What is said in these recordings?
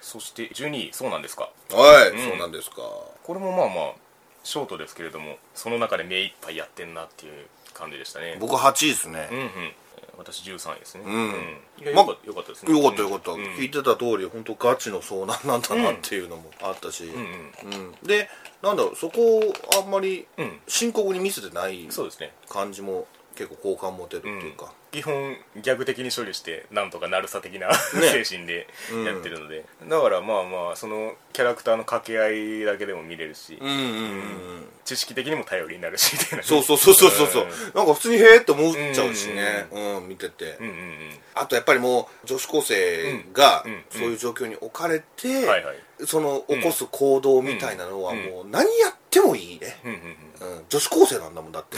そして12位そうなんですかはい、うんそうなんですかこれもまあまあショートですけれどもその中で目いっぱいやってんなっていう感じでしたね僕8位ですねうんうん私13位ですねうんいやよかよかったですねよかったよかった、うんうん聞いてた通り本当ガチの遭難なんだなっていうのもあったし、うんうんうんでなんだろうそこをあんまりうん深刻に見せてないそうですね感じも結構好感持てるっていうか、基本逆的に処理してなんとかなるさ的な、 精神でやってるので、だからまあまあそのキャラクターの掛け合いだけでも見れるし、うんうんうんうん知識的にも頼りになるしみたいなそうそうそうそうそうそうなんか普通にへえって思っちゃうしねううん、見てて、うんうんうんあとやっぱりもう女子高生がうんうんそういう状況に置かれて、はいはいその起こす行動みたいなのはもう何やってもいいね、うんうんうんうん、女子高生なんだもん だって、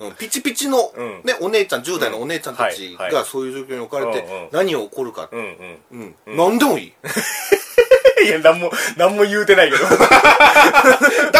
うん、ピチピチの、うんね、お姉ちゃん10代のお姉ちゃんたうちんはいがそういう状況に置かれうんうんて何を起こるか、うん うんうん何でもいいいや何も何も言うてないけどだか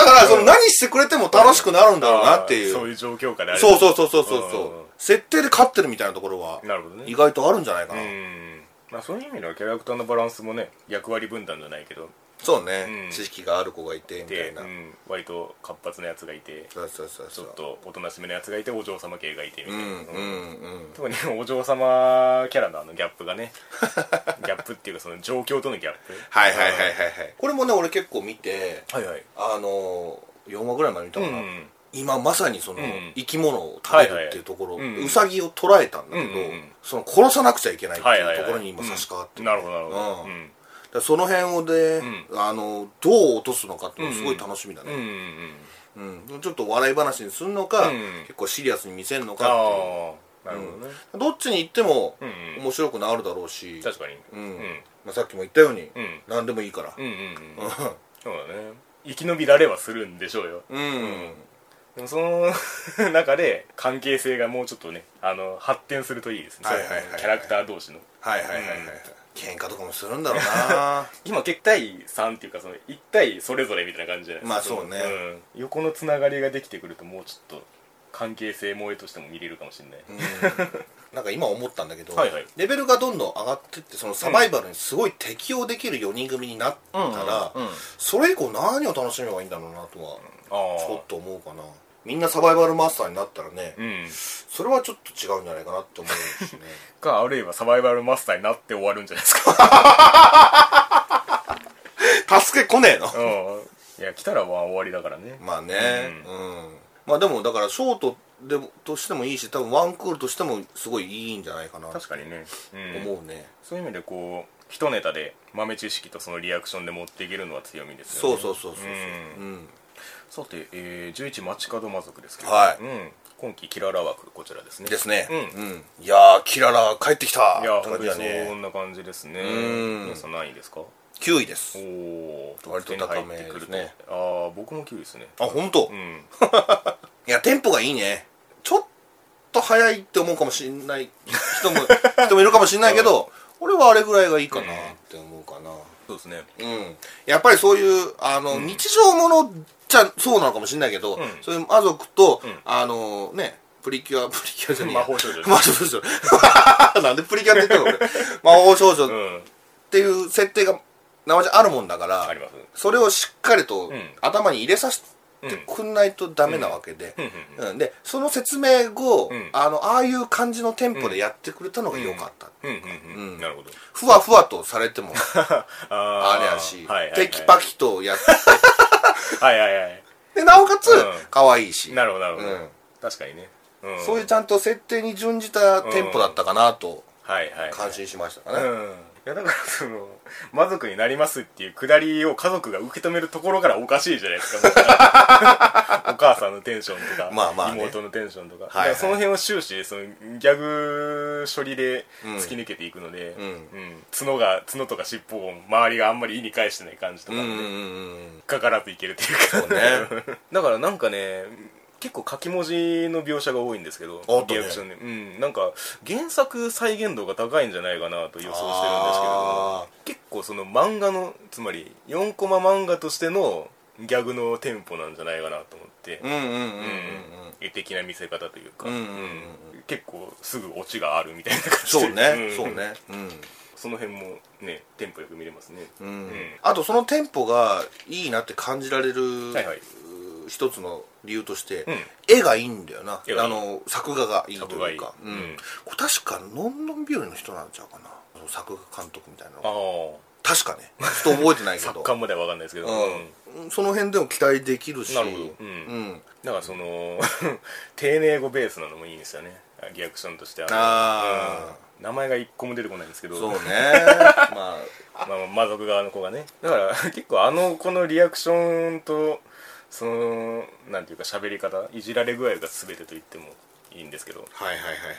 らその何してくれても楽しくなるんだろうなっていう,、そういう状況からそうそうそうそうそうそううんうん設定で勝ってるみたいなところはなるほどね意外とあるんじゃないかな、うんまあそういう意味ではキャラクターのバランスもね役割分担じゃないけどそうね、うん知識がある子がいてみたで、いな、うん、割と活発なやつがいてそうそうそうちそょうっとおとなしめのやつがいてお嬢様系がいてみたういな、んうんうん特にお嬢様キャラのあのギャップ がねギャップっていうかその状況とのギャップはいはいはいはいはいこれもね俺結構見てはいはいあの4話ぐらいまで見たうかんな、今まさにそうのん生き物を食べるっていうところ、はいはいうんウサギを捕らえたんだけど、うんうんうんその殺さなくちゃいけないってはいはいいうはいところに今差し掛かってうんる、なるほどなるほどううんんだからその辺をで、あのどう落とすのかっていうのがすごい楽しみだうんうね、んうんうんちょっと笑い話にするのか、うん結構シリアスに見せるのああかってなるほどねいうどっちに行ってもうんうん面白くなるだろうし、確かにううんんまあ、さっきも言ったように、うん何でもいいからうんうんうんそうだね生き延びられはするんでしょうよ うん、でもその中で関係性がもうちょっとねあの発展するといいですねはいはいはいはいキャラクター同士のはいはいはいはい、はい喧嘩とかもするんだろうな今結対3っていうかその1対それぞれみたいな感じじゃないですかまあそうねうん横のつながりができてくるともうちょっと関係性萌えとしても見れるかもしれない、なんか今思ったんだけど、はいはいレベルがどんどん上がってってそのサバイバルにすごい適応できる4人組になったら、うんうんうんそれ以降何を楽しめばいいんだろうなとはああちょっと思うかなみんなサバイバルマスターになったらね、うんそれはちょっと違うんじゃないかなって思う しねかあるいはサバイバルマスターになって終わるんじゃないです か助け来ねえのうんいや来たらは終わりだからねまあねうん、まあでもだからショートでもとしてもいいし多分ワンクールとしてもすごいいいんじゃないかなと確かにね、うん、思うね、そういう意味でこう一ネタで豆知識とそのリアクションで持っていけるのは強みですよそねうそうそうそうそうううんさて、えー、11街角魔族ですけど、はいうん、今期キララ枠こちらですねですね、うんいやーキララ帰ってきたいやって本感当にじだそねんな感じですねうん皆さん何位ですか9位ですおお割と高めですねああ僕も9位ですねあ本当、ういんやテンポがいいねちょっと早いって思うかもしんない 人も人もいるかもしんないけど、俺はあれぐらいがいいかなって思うかなそうですねうん、やっぱりそういうあの、日常ものじゃそうなのかもしんないけど、そういう魔族と、あのねプリキュアプリキュアじゃねえや魔法少女魔法少女 なんでプリキュアって言ったの俺魔法少女うっんていう設定がなまじゃあるもんだから、ありますそれをしっかりとん頭に入れさせてくんないとダメなわけで、うんでその説明後、んあのああいう感じのテンポでやってくれたのが良かった、うんうんうん、なるほどふわふわとされても ああれやし、ー はいはいはいテキパキとやって はいはいはいでなおかつうん可愛いし、なるほどなるほど、うん確かにね、うん、そういうちゃんと設定に準じたテンポだったかなとはいはい感心しましたかね、うんいやだからその魔族になりますっていうくだりを家族が受け止めるところ からおかしいじゃないですかもうお母さんのテンションとかまあまあね妹のテンションとか,、はいはいその辺を終始そのギャグ処理で突き抜けていくので、んうん角が角とか尻尾を周りがあんまり意に返してない感じとかうもね、んうん引うんうんっかからずいけるっていうかそうね だからなんかね結構書き文字の描写が多いんですけど、あったリねアクションで、うん、なんか原作再現度が高いんじゃないかなと予想してるんですけれどもあ結構その漫画のつまり4コマ漫画としてのギャグのテンポなんじゃないかなと思って、ーうんうんうんうんうん絵的な見せ方というか、うんうんうん結構すぐオチがあるみたいな感じでそうね、んそうね、うん、その辺もねテンポよく見れますねううんんあとそのテンポがいいなって感じられる、はいはいう一つの理由として、うん絵がいいんだよな絵がいあいの作画がいいと作画いいういかうんうんこれ確かのんのん日和の人なんちゃうかなその作画監督みたいなのあがあ確かねちょっと覚えてないけ 作ど家までは分かんないですけど、うんうん、その辺でも期待できるしなるほどううんんだからその丁寧語ベースなのもいいんですよねリアクションとしてあのあうん名前が一個も出てこないんですけどそうね まあまあまあ、魔族側の子がねだから結構あの子のリアクションとそのなんていうか喋り方いじられ具合が全てと言ってもいいんですけどはいはいはいはいはい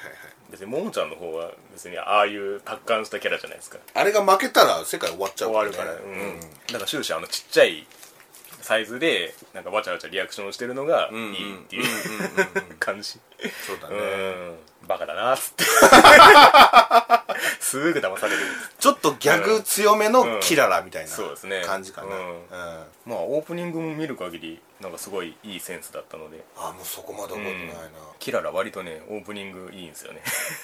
別にももちゃんの方は別にああいう達観したキャラじゃないですかあれが負けたら世界終わっちゃう終わるから、うんだから終始あのちっちゃいサイズでなんかわちゃわちゃリアクションしてるのがいうんうんいっていう感じそうだうね、んバカだなっつって すぐ騙されるちょっとギャグ強めのキララみたいなうんそうですね感じかな、ううんんまあオープニングも見る限りなんかすごいいいセンスだったのであもうそこまで覚えてないな、キララ割とねオープニングいいんですよね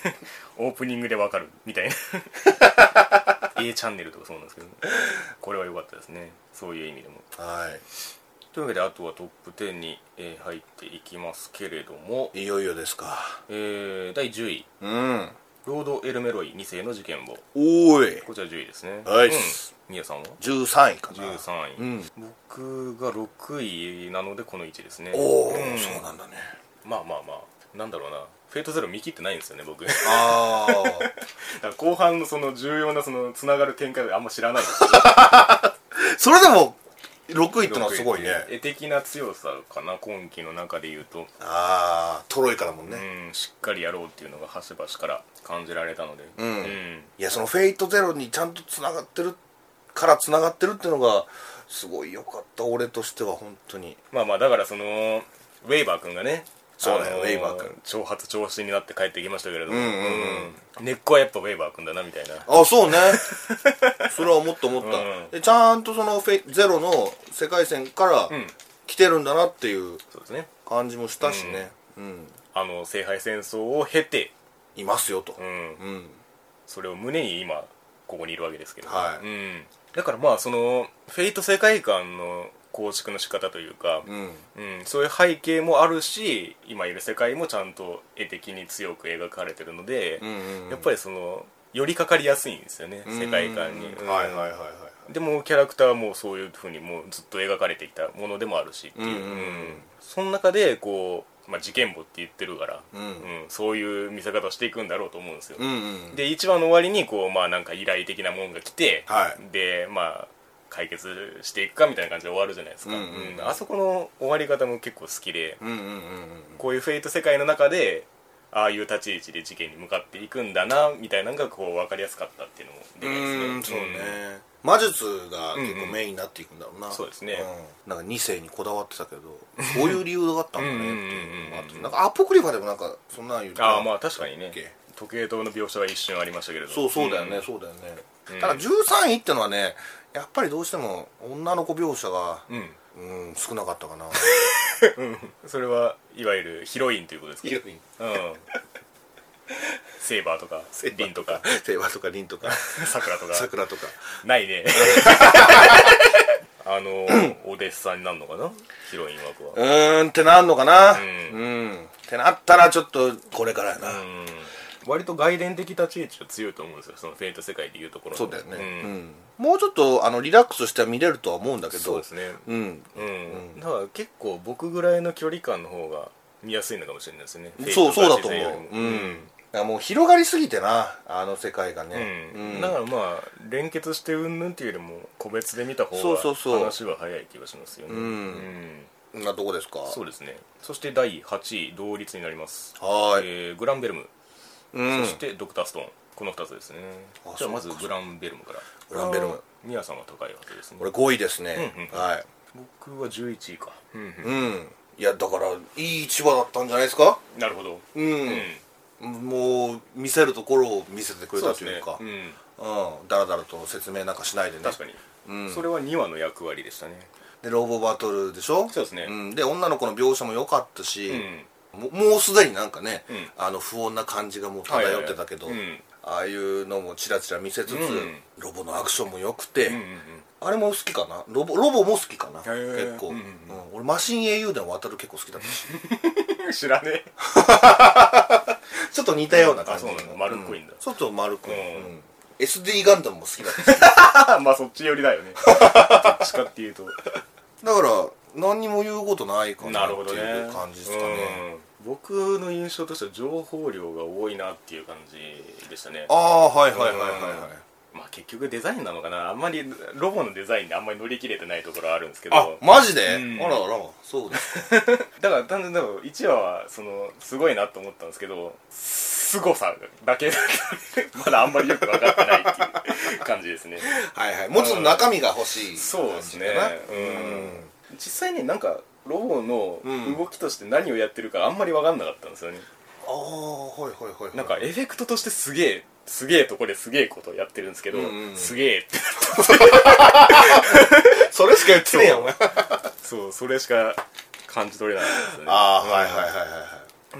オープニングでわかるみ たいな A チャンネルとかそうなんですけど、ね、これは良かったですねそういう意味でもはというわけであとはトップ10に、えー入っていきますけれども、いいよいよですかえー第10位うんロード・エルメロイ2世の事件簿おいこちら10位ですねはいうん宮さんは13位かな13位、うん僕が6位なのでこの位置ですねおうお、んそうなんだねまあまあまあなんだろうなフェイトゼロ見切ってないんですよね僕 だかあら後半のその重要なそのつながる展開であんま知らないですあそれでも6位っての はすごいね絵的な強さかな今期の中で言うと、ああトロイからもんね、うんしっかりやろうっていうのが端々から感じられたのでうんうんいやその「フェイトゼロにちゃんとつながってるからつながってるっていうのがすごい良かった俺としては本当にまあまあだからそのウェイバー君がねそうだあよのウェイバー君挑発挑発になって帰ってきましたけれども、うんうんうんうん根っこはやっぱウェイバー君だなみたいなあそ うねそれは思った思った、うんでちゃんとそのフェイゼロの世界線からうん来てるんだなっていうそうですね感じもしたしね、うんあの聖杯戦争を経て、いますよとう、ん、うんそれを胸に今ここにいるわけですけど、はいうん、だからまあそのフェイト世界観の構築の仕方というか、うんうん、そういう背景もあるし今いる世界もちゃんと絵的に強く描かれてるので、うんやっぱりその寄りかかりやすいんですよね、世界観に、ううんんはいはいはいはいでもキャラクターはもうそういうふうにもうずっと描かれてきたものでもあるしっていう、うんうんうんその中でこう、まあ、事件簿って言ってるから、うんうんそういう見せ方をしていくんだろうと思うんですよ、うんうんで1話の終わりにこうまあなんか依頼的なもんが来て、はいでまあ解決していくかみたいな感じで終わるじゃないですか、うんうんうんうんあそこの終わり方も結構好きで、うんうんうんこういうフェイト世界の中でああいう立ち位置で事件に向かっていくんだなみたいなのがこう分かりやすかったっていうのもでうかいですねーんそうね、魔術が結構メインになっていくんだろうな、んそうですねうんなんか2世にこだわってたけどそういう理由があったんだねっていうのがあうんうんっうんてうんなんかアポクリファでもなんかそんなん言うてああまあ確かにね OK 時計塔の描写は一瞬ありましたけれどそうそうだよね、んそうだよね、うんただ13位ってのはねやっぱりどうしても女の子描写がうん、うん少なかったかなそれはいわゆるヒロインということですかヒロインうんセイバーとかセイバーリンとかセイバーとかリンとかさくらとかさくらとかないね あのお弟子さんになるのかなヒロイン枠はうーんってなんのかなうんん、ってなったらちょっとこれからやな、うん割と外伝的立ち位置が強いと思うんですよそのフェイト世界でいうところのそうだよね、んうんもうちょっとあのリラックスしては見れるとは思うんだけどそうですねうんうん、だから結構僕ぐらいの距離感の方が見やすいのかもしれないですねそうそうだとフェイトの立ち位置より思もううん、だからもう広がりすぎてなあの世界がね、うんうんだからまあ連結してうんぬんっていうよりも個別で見た方そうそうがそう話は早い気がしますよねうんうんそんなとこですかそうですねそして第8位同率になりますはーい、えーグランベルム、うんそしてドクターストーンこの2つですねあじゃあまそずうかグランベルムからグランベルムこれはミヤさんは高いはずですね俺5位ですね、うんうんはい僕は11位か、うんうんうんいやだからいい千葉だったんじゃないですかなるほどうん、もう見せるところを見せてくれそうですたといねうかううんんだらだらと説明なんかしないでね確かに、それは2話の役割でしたねでロボバトルでしょそうですねん、で女の子の描写も良かったし、うんももうすでになんかね、うんあの不穏な感じがもう漂ってたけど、はいはいはいうんああいうのもちらちら見せつつ、うんロボのアクションも良くて、うんうんうんあれも好きかなロボロボも好きかなー結構、ううんんうん俺マシン英雄伝渡る結構好きだったし知ら ねちょっと似たような感じ あそうなの丸っこいんだうちょっと丸っこい、うんうん SD ガンダムも好きだ ったしえまあそっち寄りだよね どっちかっていうとだから何にも言うことないかなっていう感じですかねうん僕の印象としては情報量が多いなっていう感じでしたねああはいはいはいはいはい、まあ結局デザインなのかなあんまりロボのデザインであんまり乗り切れてないところはあるんですけあどマジで、うんあらあらそうですかだから単純に1話はそのすごいなと思ったんですけど凄さだけまだあんまりよく分かってないっていう感じですね はいはいもうちょっと中身が欲しいそうですね感じかなうん実際になんかロボのうん動きとして何をやってるかあんまり分かんなかったんですよね、ああはいはいはいはいなんかエフェクトとしてすげえすげえとこですげえことをやってるんですけど、うんうんうんすげえってそれしか言ってねえやんお前そうそれしか感じ取れなかったですよねああはいはいはいはいは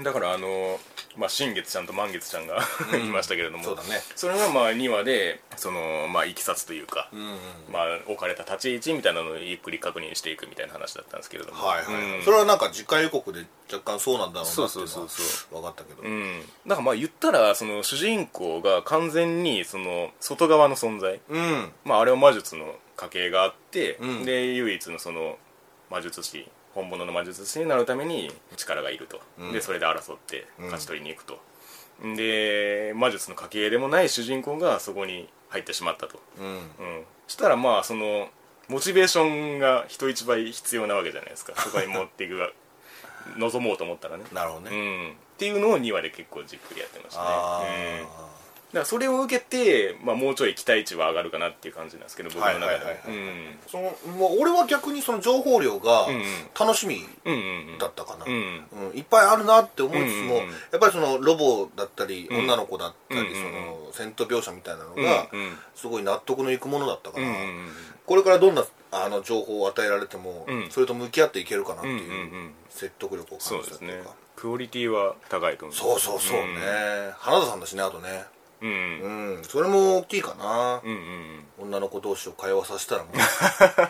いだからあのまあ新月ちゃんと満月ちゃんがいましたけれども、そうだねそれがまあ2話でそのまあいきさつというか、うんうんまあ置かれた立ち位置みたいなのをゆっくり確認していくみたいな話だったんですけれどもはいはいはい、うんそれはなんか次回予告で若干そうなんだろうなっていうのはそうそうそうそ分かったけど、うん、だからまあ言ったらその主人公が完全にその外側の存在、うんまあ、あれは魔術の家系があって、うんで唯一のその魔術師本物の魔術師になるために力がいると、うんでそれで争ってうん勝ち取りに行くと、で魔術の家系でもない主人公がそこに入ってしまったと、うんうん、したらまあそのモチベーションが人一倍必要なわけじゃないですかそこに持っていく が望もうと思ったらねなるほどね、うん、っていうのを2話で結構じっくりやってましたね、あうん、だかあ、らそれを受けて、まあ、もうちょい期待値は上がるかなっていう感じなんですけど僕の中でははいはいはいそのまあ、俺は逆にその情報量がうんうん楽しみうんうんうんだったかな、うんうんうんいっぱいあるなって思いつつも、うんうんうんやっぱりそのロボだったり、うん女の子だったり、うんうんその戦闘描写みたいなのうんがうんすごい納得のいくものだったかうら、んうんこれからどんなあの情報を与えられても、うんそれと向き合っていけるかなってうんうんいううん説得力をそ感うじでたすといねうかクオリティは高いと思うそうそうそうね、花田さんだしねあとねうんうんうんそれも大きいかな、うんうん女の子同士を会話させた らも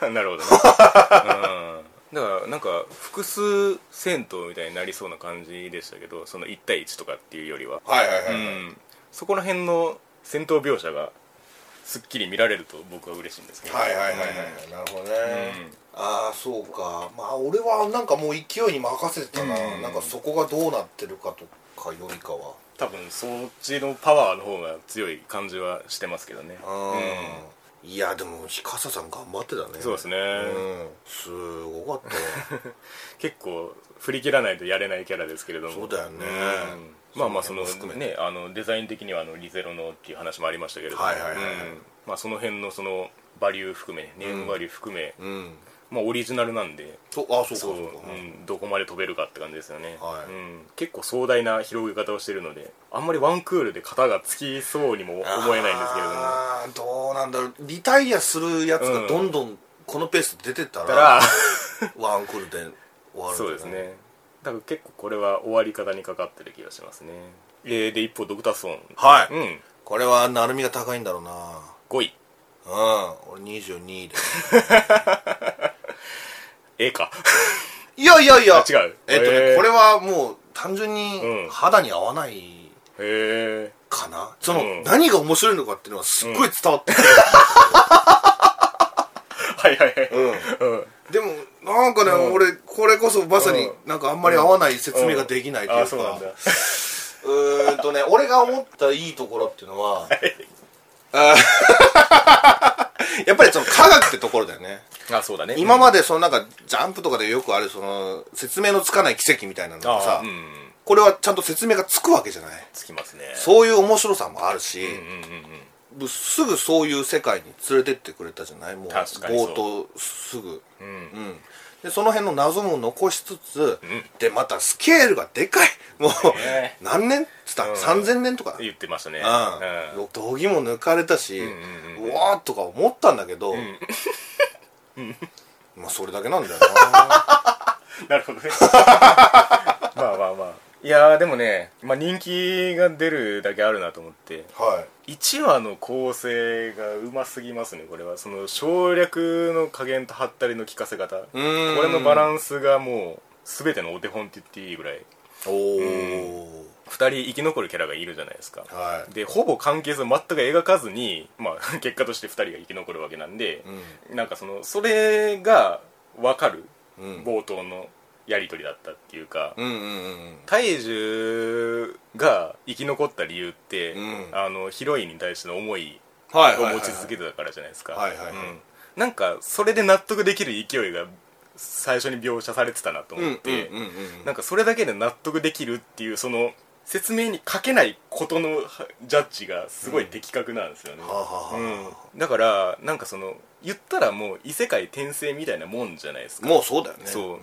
ううんなるほどね、うん、だからなんか複数戦闘みたいになりそうな感じでしたけどその1対1とかっていうよりははいはいはい、はいうん、そこら辺の戦闘描写がすっきり見られると僕は嬉しいんですけどはいはいはいはい、なるほどね、ああそうかまあ俺はなんかもう勢いに任せてたな、うんなんかそこがどうなってるかとかよりかは多分そっちのパワーの方が強い感じはしてますけどねうん、いやでも日笠さん頑張ってたねそうですねうんすごかったわ結構振り切らないとやれないキャラですけれどもそうだよねうんまあまあそのその辺も含めねあのデザイン的にはあのリゼロのっていう話もありましたけれどもはいはいはいはいうんまあその辺のそのバリュー含めネームバリュー含め、うんまあオリジナルなんでそうああそうかそうそうか、うん、どこまで飛べるかって感じですよね、はいうん、結構壮大な広げ方をしてるのであんまりワンクールで型がつきそうにも思えないんですけれどもだあーどうなんだろうリタイアするやつうんがどんどんこのペースで出てったからら、ワンクールで終わるんじゃそうないですねだから結構これは終わり方にかかってる気がしますねえーで一方ドクターストーンはい、うんこれは成海が高いんだろうな5位うん俺22位でええかいやいやいや違うえっとへねーこれはもう単純うんに肌に合わないへえかな、その、うん何が面白いのかっていうのはすっごい伝わってくる、 はいはいはいうんうん、でもなんかね、うん俺これこそまさにうんなんかあんまり合わない説明ができないとあいあうそうなかんだうーんとね俺が思ったいいところっていうのは、あー やっぱりその科学ってところだよねあそうだね今までそのなんかジャンプとかでよくあるその説明のつかない奇跡みたいなのあがさ、うんこれはちゃんと説明がつくわけじゃないつきますねそういう面白さもあるし、うんうんうんうんすぐそういう世界に連れてってくれたじゃないもう確かにそう冒頭すぐ、うんうん、でその辺の謎も残しつつ、でまたスケールがでかいもう、ね何年っつった、うん3000年とか言ってましたねうん、道義も抜かれたし、ううんうんうんわーとか思ったんだけど、ん まあそれだけなんだよな なるほどねまあまあまあいやーでもね、まあ、人気が出るだけあるなと思ってはい1話の構成がうますぎますねこれはその省略の加減とハったりの聞かせ方こうーんれのバランンスがもう全てのお手本って言っていいぐらいスおお2人生き残るキャラがいるじゃないですかはでほぼ関係性を全く描かずに、まあ、 結果として2人が生き残るわけなんでい、うんなんかそのそれが分かるうん冒頭のやり取りだったっていうか、うんうんうん大樹が生き残った理由って、うんあのヒロインに対しての思いはいを持ち続けてたからじゃないですか、はいはいはいうんなんかそれで納得できる勢いが最初に描写されてたなとうんう思んって、うんうんなんかそれだけで納得できるっていうその説明に書けないことのはジャッジがすごい的確なんですよね、はあはあはうんだからなんかその言ったらもう異世界転生みたいなもんじゃないですあかもうそうだよねそう、ん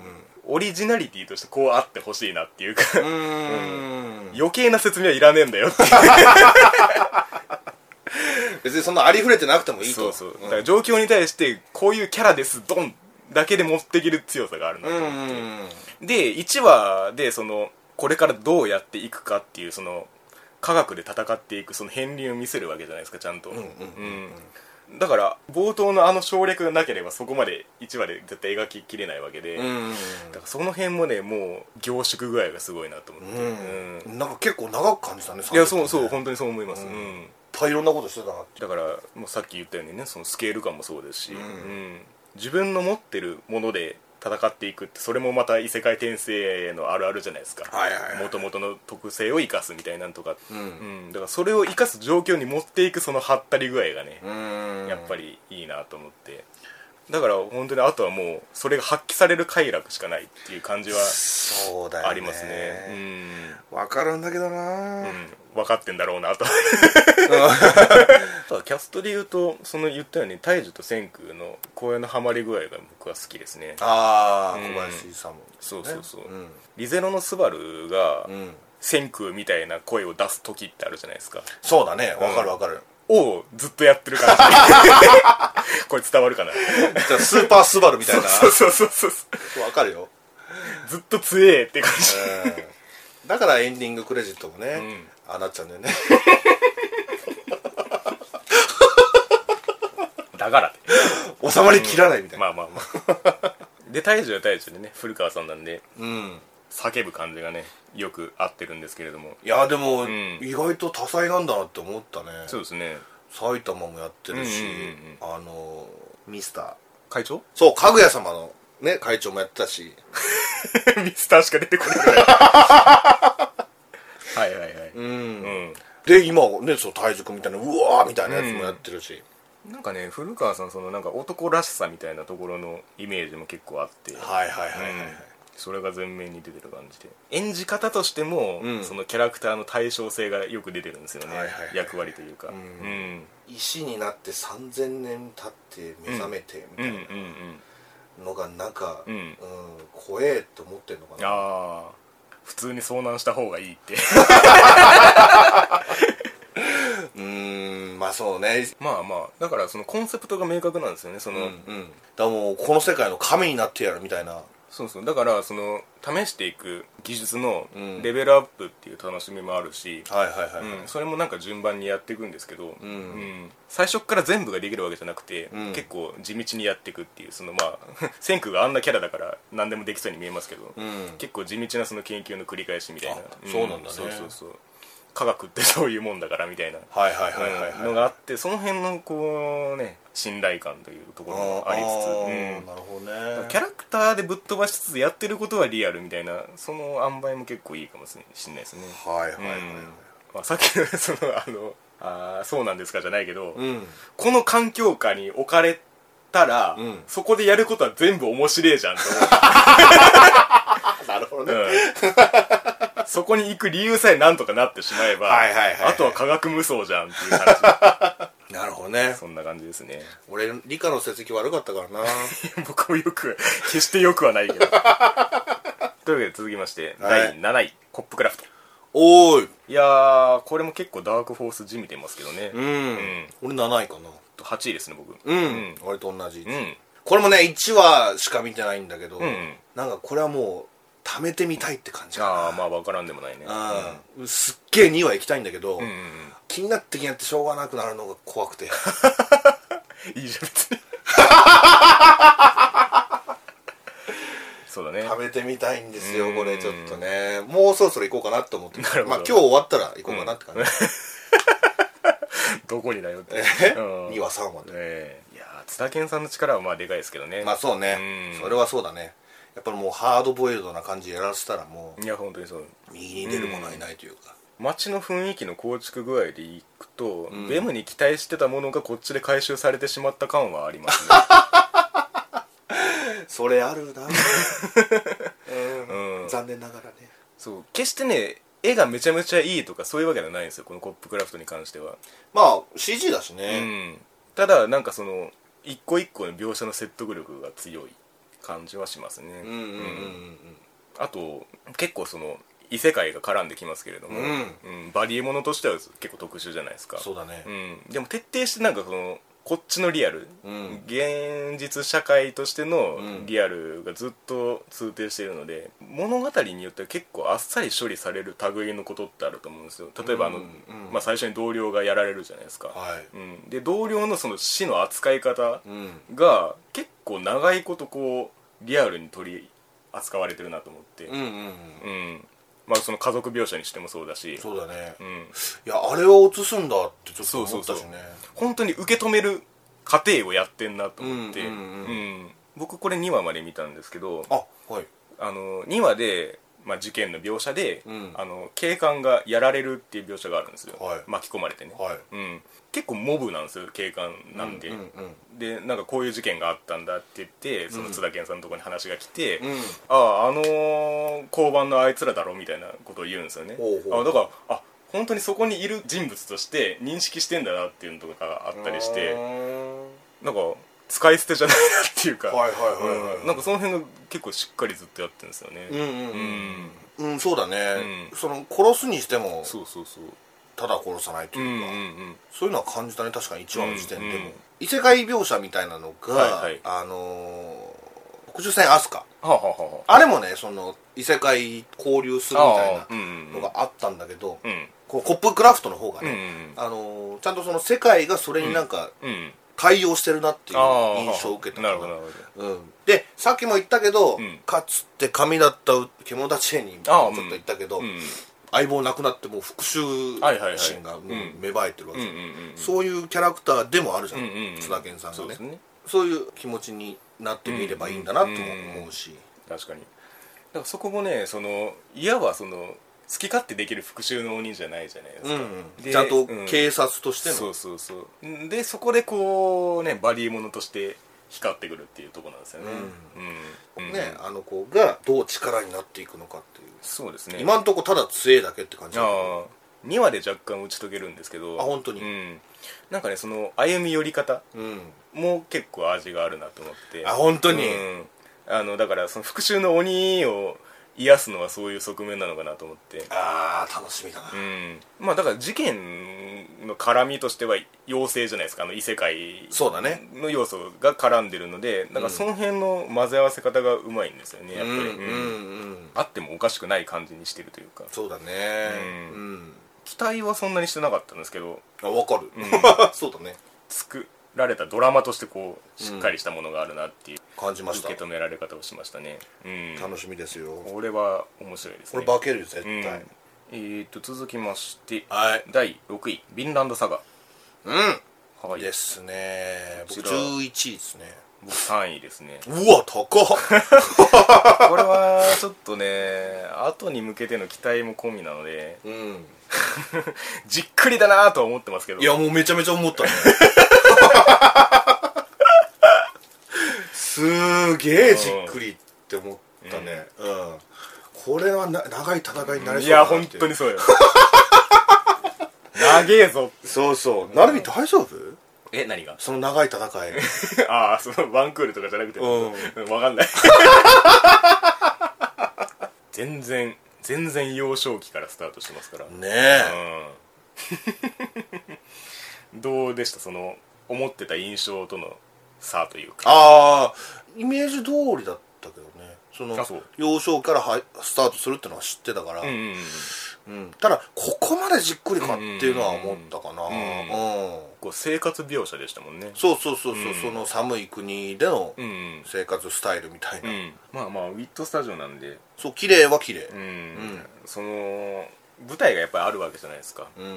オリジナリティとしてこうあってほしいなっていうかうーん余計な説明はいらねえんだよっていう別にそんなありふれてなくてもいいそとうそう、んだから状況に対してこういうキャラですドンだけで持っていける強さがあるなうとん思って、うんで1話でそのこれからどうやっていくかっていうその科学で戦っていくその片鱗を見せるわけじゃないですかちゃんと、うんうんだから冒頭のあの省略がなければそこまで1話で絶対描ききれないわけで、うだんからその辺もねもう凝縮具合がすごいなと思って、うんうんなんか結構長く感じたねいやそう30分そうねいっ本当にそう思います、うんぱいいろんなことしてたなってだからもうさっき言ったようにねそのスケール感もそうですし、うん自分の持ってるもので戦っていくってそれもまた異世界転生のあるあるじゃないですかはいはいはいもともとの特性を生かすみたいなんとか、うんうんだからそれを生かす状況に持っていくそのハったり具合がね、うんやっぱりいいなと思ってだから本当にあとはもうそれが発揮される快楽しかないっていう感じはそうだよねありますねわかるんだけどなうん、うん、分かってんだろう なとただキャストで言うとその言ったように大樹と千空の声のハマり具合が僕は好きですねああうん小林さんもそうそうそう、うんリゼロのスバルがうん千空みたいな声を出す時ってあるじゃないですかそうだねわかるわかるをずっとやってる感 じこれ伝わるかなじゃあスーパースバルみたい なそうそうそうそうわかるよずっと強えって感じうんだからエンディングクレジットもねんああなっちゃうんだよね だからって収まりきらないみたいなまあまあまあ で大樹は大樹でね古川さんなんでうん叫ぶ感じがねよく合ってるんですけれどもいやでもん意外と多彩なんだなって思ったねそうですね埼玉もやってるしうんあのミスター会長そうかぐや様のね会長もやってたし ミスターしか出てこない はいはいはい、ううんんで今ねそう大樹君みたいなうわーみたいなやつもやってるし、なんかね古川さんそのなんか男らしさみたいなところのイメージも結構あって、はいはいはいはいはい、うんそれが前面に出てる感じで演じ方としても、うんそのキャラクターの対称性がよく出てるんですよね、はいはいはい役割というか、んうん石になって3000年経って目覚めてうみんたういんうんなのがなんか、うんうん怖えって思ってんのかなああ普通に遭難した方がいいってうーんまあそうね まあまあだからそのコンセプトが明確なんですよねそうんの、うんだからもうこの世界の神になってやるみたいなそうそうだからその試していく技術のうんレベルアップっていう楽しみもあるし、はいはいはい、うん、それもなんか順番にやっていくんですけど、んん最初っから全部ができるわけじゃなくて、うん結構地道にやっていくっていうそのまあ 千空があんなキャラだから何でもできそうに見えますけど、うん結構地道なその研究の繰り返しみたいなあ、そうなんだねそうそうそう科学ってそういうもんだからみたいな、はいはいはいはいうんのはいがあってその辺のこうね信頼感というところもありつーつ、うんなるほどねキャラクターでぶっ飛ばしつつやってることはリアルみたいなその塩梅も結構いいかもしれないですねはいはいはいはいまあ、さっきのそのあのあーそうなんですかじゃないけど、うん、この環境下に置かれたら、うんそこでやることは全部面白いじゃんとなるほどね、思う、うん そこに行く理由さえなんとかなってしまえば、はいはいはいあとは科学無双じゃんっていう話 なるほどねそんな感じですね 俺理科の成績悪かったからな僕もよく決してよくはない けどというわけで続きまして、はい第7位コップクラフトおーいいやーこれも結構ダークホース地味てますけどね、うん、俺7位かな8位ですね僕うん、うん割と同じ、うんこれもね1話しか見てないんだけど、んなんかこれはもう貯めてみたいって感じああかまあ分からんでもないねなうんすっげえ2は行きたいんだけど、うん、うん気になって気になってしょうがなくなるのが怖く てうん、いいじゃん別に そうだね貯めてみたいんですようんこれちょっとねもうそろそろ行こうかなと思ってなるほどまあ今日終わったら行こうかなって感じ、どこにだよってえ うん2は3はねええいやー津田健さんの力はまあでかいですけどね、まあそうねうんそれはそうだねやっぱりもうハードボイルドな感じやらせたらもいや本当にそうう右に出るものはいないというか、街の雰囲気の構築具合でいくと、ベムに期待してたものがこっちで回収されてしまった感はあり ますねそれ あるな、うん残念ながらねそう決してね絵がめちゃめちゃいいとかそういうわけではないんですよこのコップクラフトに関しては、まあ CG だしうね、ん、ただなんかその一個一個の描写の説得力が強い感じはしますね、うんうんうんうんあと結構その異世界が絡んできますけれども、ううんバリエモノとしては結構特殊じゃないですかそうだねうん、でも徹底してなんかそのこっちのリアル、うん現実社会としてのうんリアルがずっと通底しているので、物語によっては結構あっさり処理される類のことってあると思うんですよ例えばあの、うんうんまあ、最初に同僚がやられるじゃないですか、はいうん、で同僚のその死の扱い方うんが結構長いことこうリアルに取り扱われてるなと思って、うんうんうんうんまあ、その家族描写にしてもそうだしそうだねうん、いやあれを映すんだってちょっと思ったそうそうそしねう本当に受け止める過程をやってんなと思って、うんうんううんん僕これ2話まで見たんですけどあはいあの2話で、まあ、事件の描写で、うんあの警官がやられるっていう描写があるんですよ、はい巻き込まれてね、はいうん、結構モブなんですよ警官なんで、うんうんでなんかこういう事件があったんだって言ってその津田健さんのところに話が来て、うんうんあああのー交番のあいつらだろみたいなことを言うんですよねほうほうあだからあ本当にそこにいる人物として認識してんだなっていうのとかがあったりしうーてんなんか使い捨てじゃないなっていうかはいはいはいはいうんなんかその辺が結構しっかりずっとやってるんですよねうんうんうんうんうんそうだね、うんその殺すにしてもそうそうそうただ殺さないとうんういんうか、うんそういうのは感じたね確かに1話の時点でも、うんうん異世界描写みたいなのが、はいはいあのー、北戦アスカはあはあはああれもねその異世界交流するみたいあーうんうんうなんのがあったんだけど、うんこうコップクラフトの方がうんうね、んあのーちゃんとその世界がそれになんかうん対応してるなっていうあー印象を受けたかなるほどなるほどうん、でさっきも言ったけど、うんかつて神だった獣たちへにちあょーっと言ったけど、うん相棒なくなってもう復讐はいはいはい心がもううん芽生えてるわけ、うんうんうんそういうキャラクターでもあるじゃん,、うんうんうん津田健さんがそうねですねそういう気持ちになってみればいいんだなとも思うし、確かにだからそこもねそのいわばその好き勝手できる復讐の鬼じゃないじゃないですか、うんでちゃんとうん警察としてその、うそうそうんでそこでこうねバリエモノとして光ってくるっていうところなんですよねうん、うんねあの子がどう力になっていくのかっていう、そうですね今んとこただ強えだけって感じだけどあ2話で若干打ち解けるんですけどあ本当にうん、なんかねその歩み寄り方うんも結構味があるなと思ってあ本当に、うんあのだからその復讐の鬼を癒すのはそういう側面なのかなと思ってああ楽しみだな、うんまあだから事件の絡みとしては妖精じゃないですかあの異世界そうだねの要素が絡んでるのでだからその辺の混ぜ合わせ方がうまいんですよねやっぱり、うんううんんうんあってもおかしくない感じにしてるというかそうだねううん、期待はそんなにしてなかったんですけどあ分かる、 そうだね作られたドラマとしてこうしっかりしたものがあるなっていう感じまし受たけ止められ方をしましたね、うん、楽しみですよこれは面白いですこねれ化けるよ絶う対、ん、えー、と続きましてはい第6位「ヴィンランドサガう」はいんですねこち僕ら11位ですね僕3位ですねうわ高 っこれはちょっとね後に向けての期待も込みなのでうんじっくりだなとは思ってますけどいやもうめちゃめちゃ思ったねすーげえじっくりって思ったねうん、これはな長い戦いにないりそうだなやって本当にそうよ長えぞそうそうなるみ大丈夫え何がその長い戦い ああそのワンクールとかじゃなくて、うん分かんない全然全然幼少期からスタートしてますから、ねえ、 うんどうでしたその思ってた印象との差というかああイメージ通りだったけどねそのあそう幼少からはスタートするってのは知ってたから、うんうんうんうんただここまでじっくりかっていうのは思ったかなううんん、こう生活描写でしたもんねそうそうそうそう、うんその寒い国でのうんうん生活スタイルみたいうな、んまあまあウィットスタジオなんでそう綺麗は綺麗うん、んその舞台がやっぱりあるわけじゃないですか、うん、うん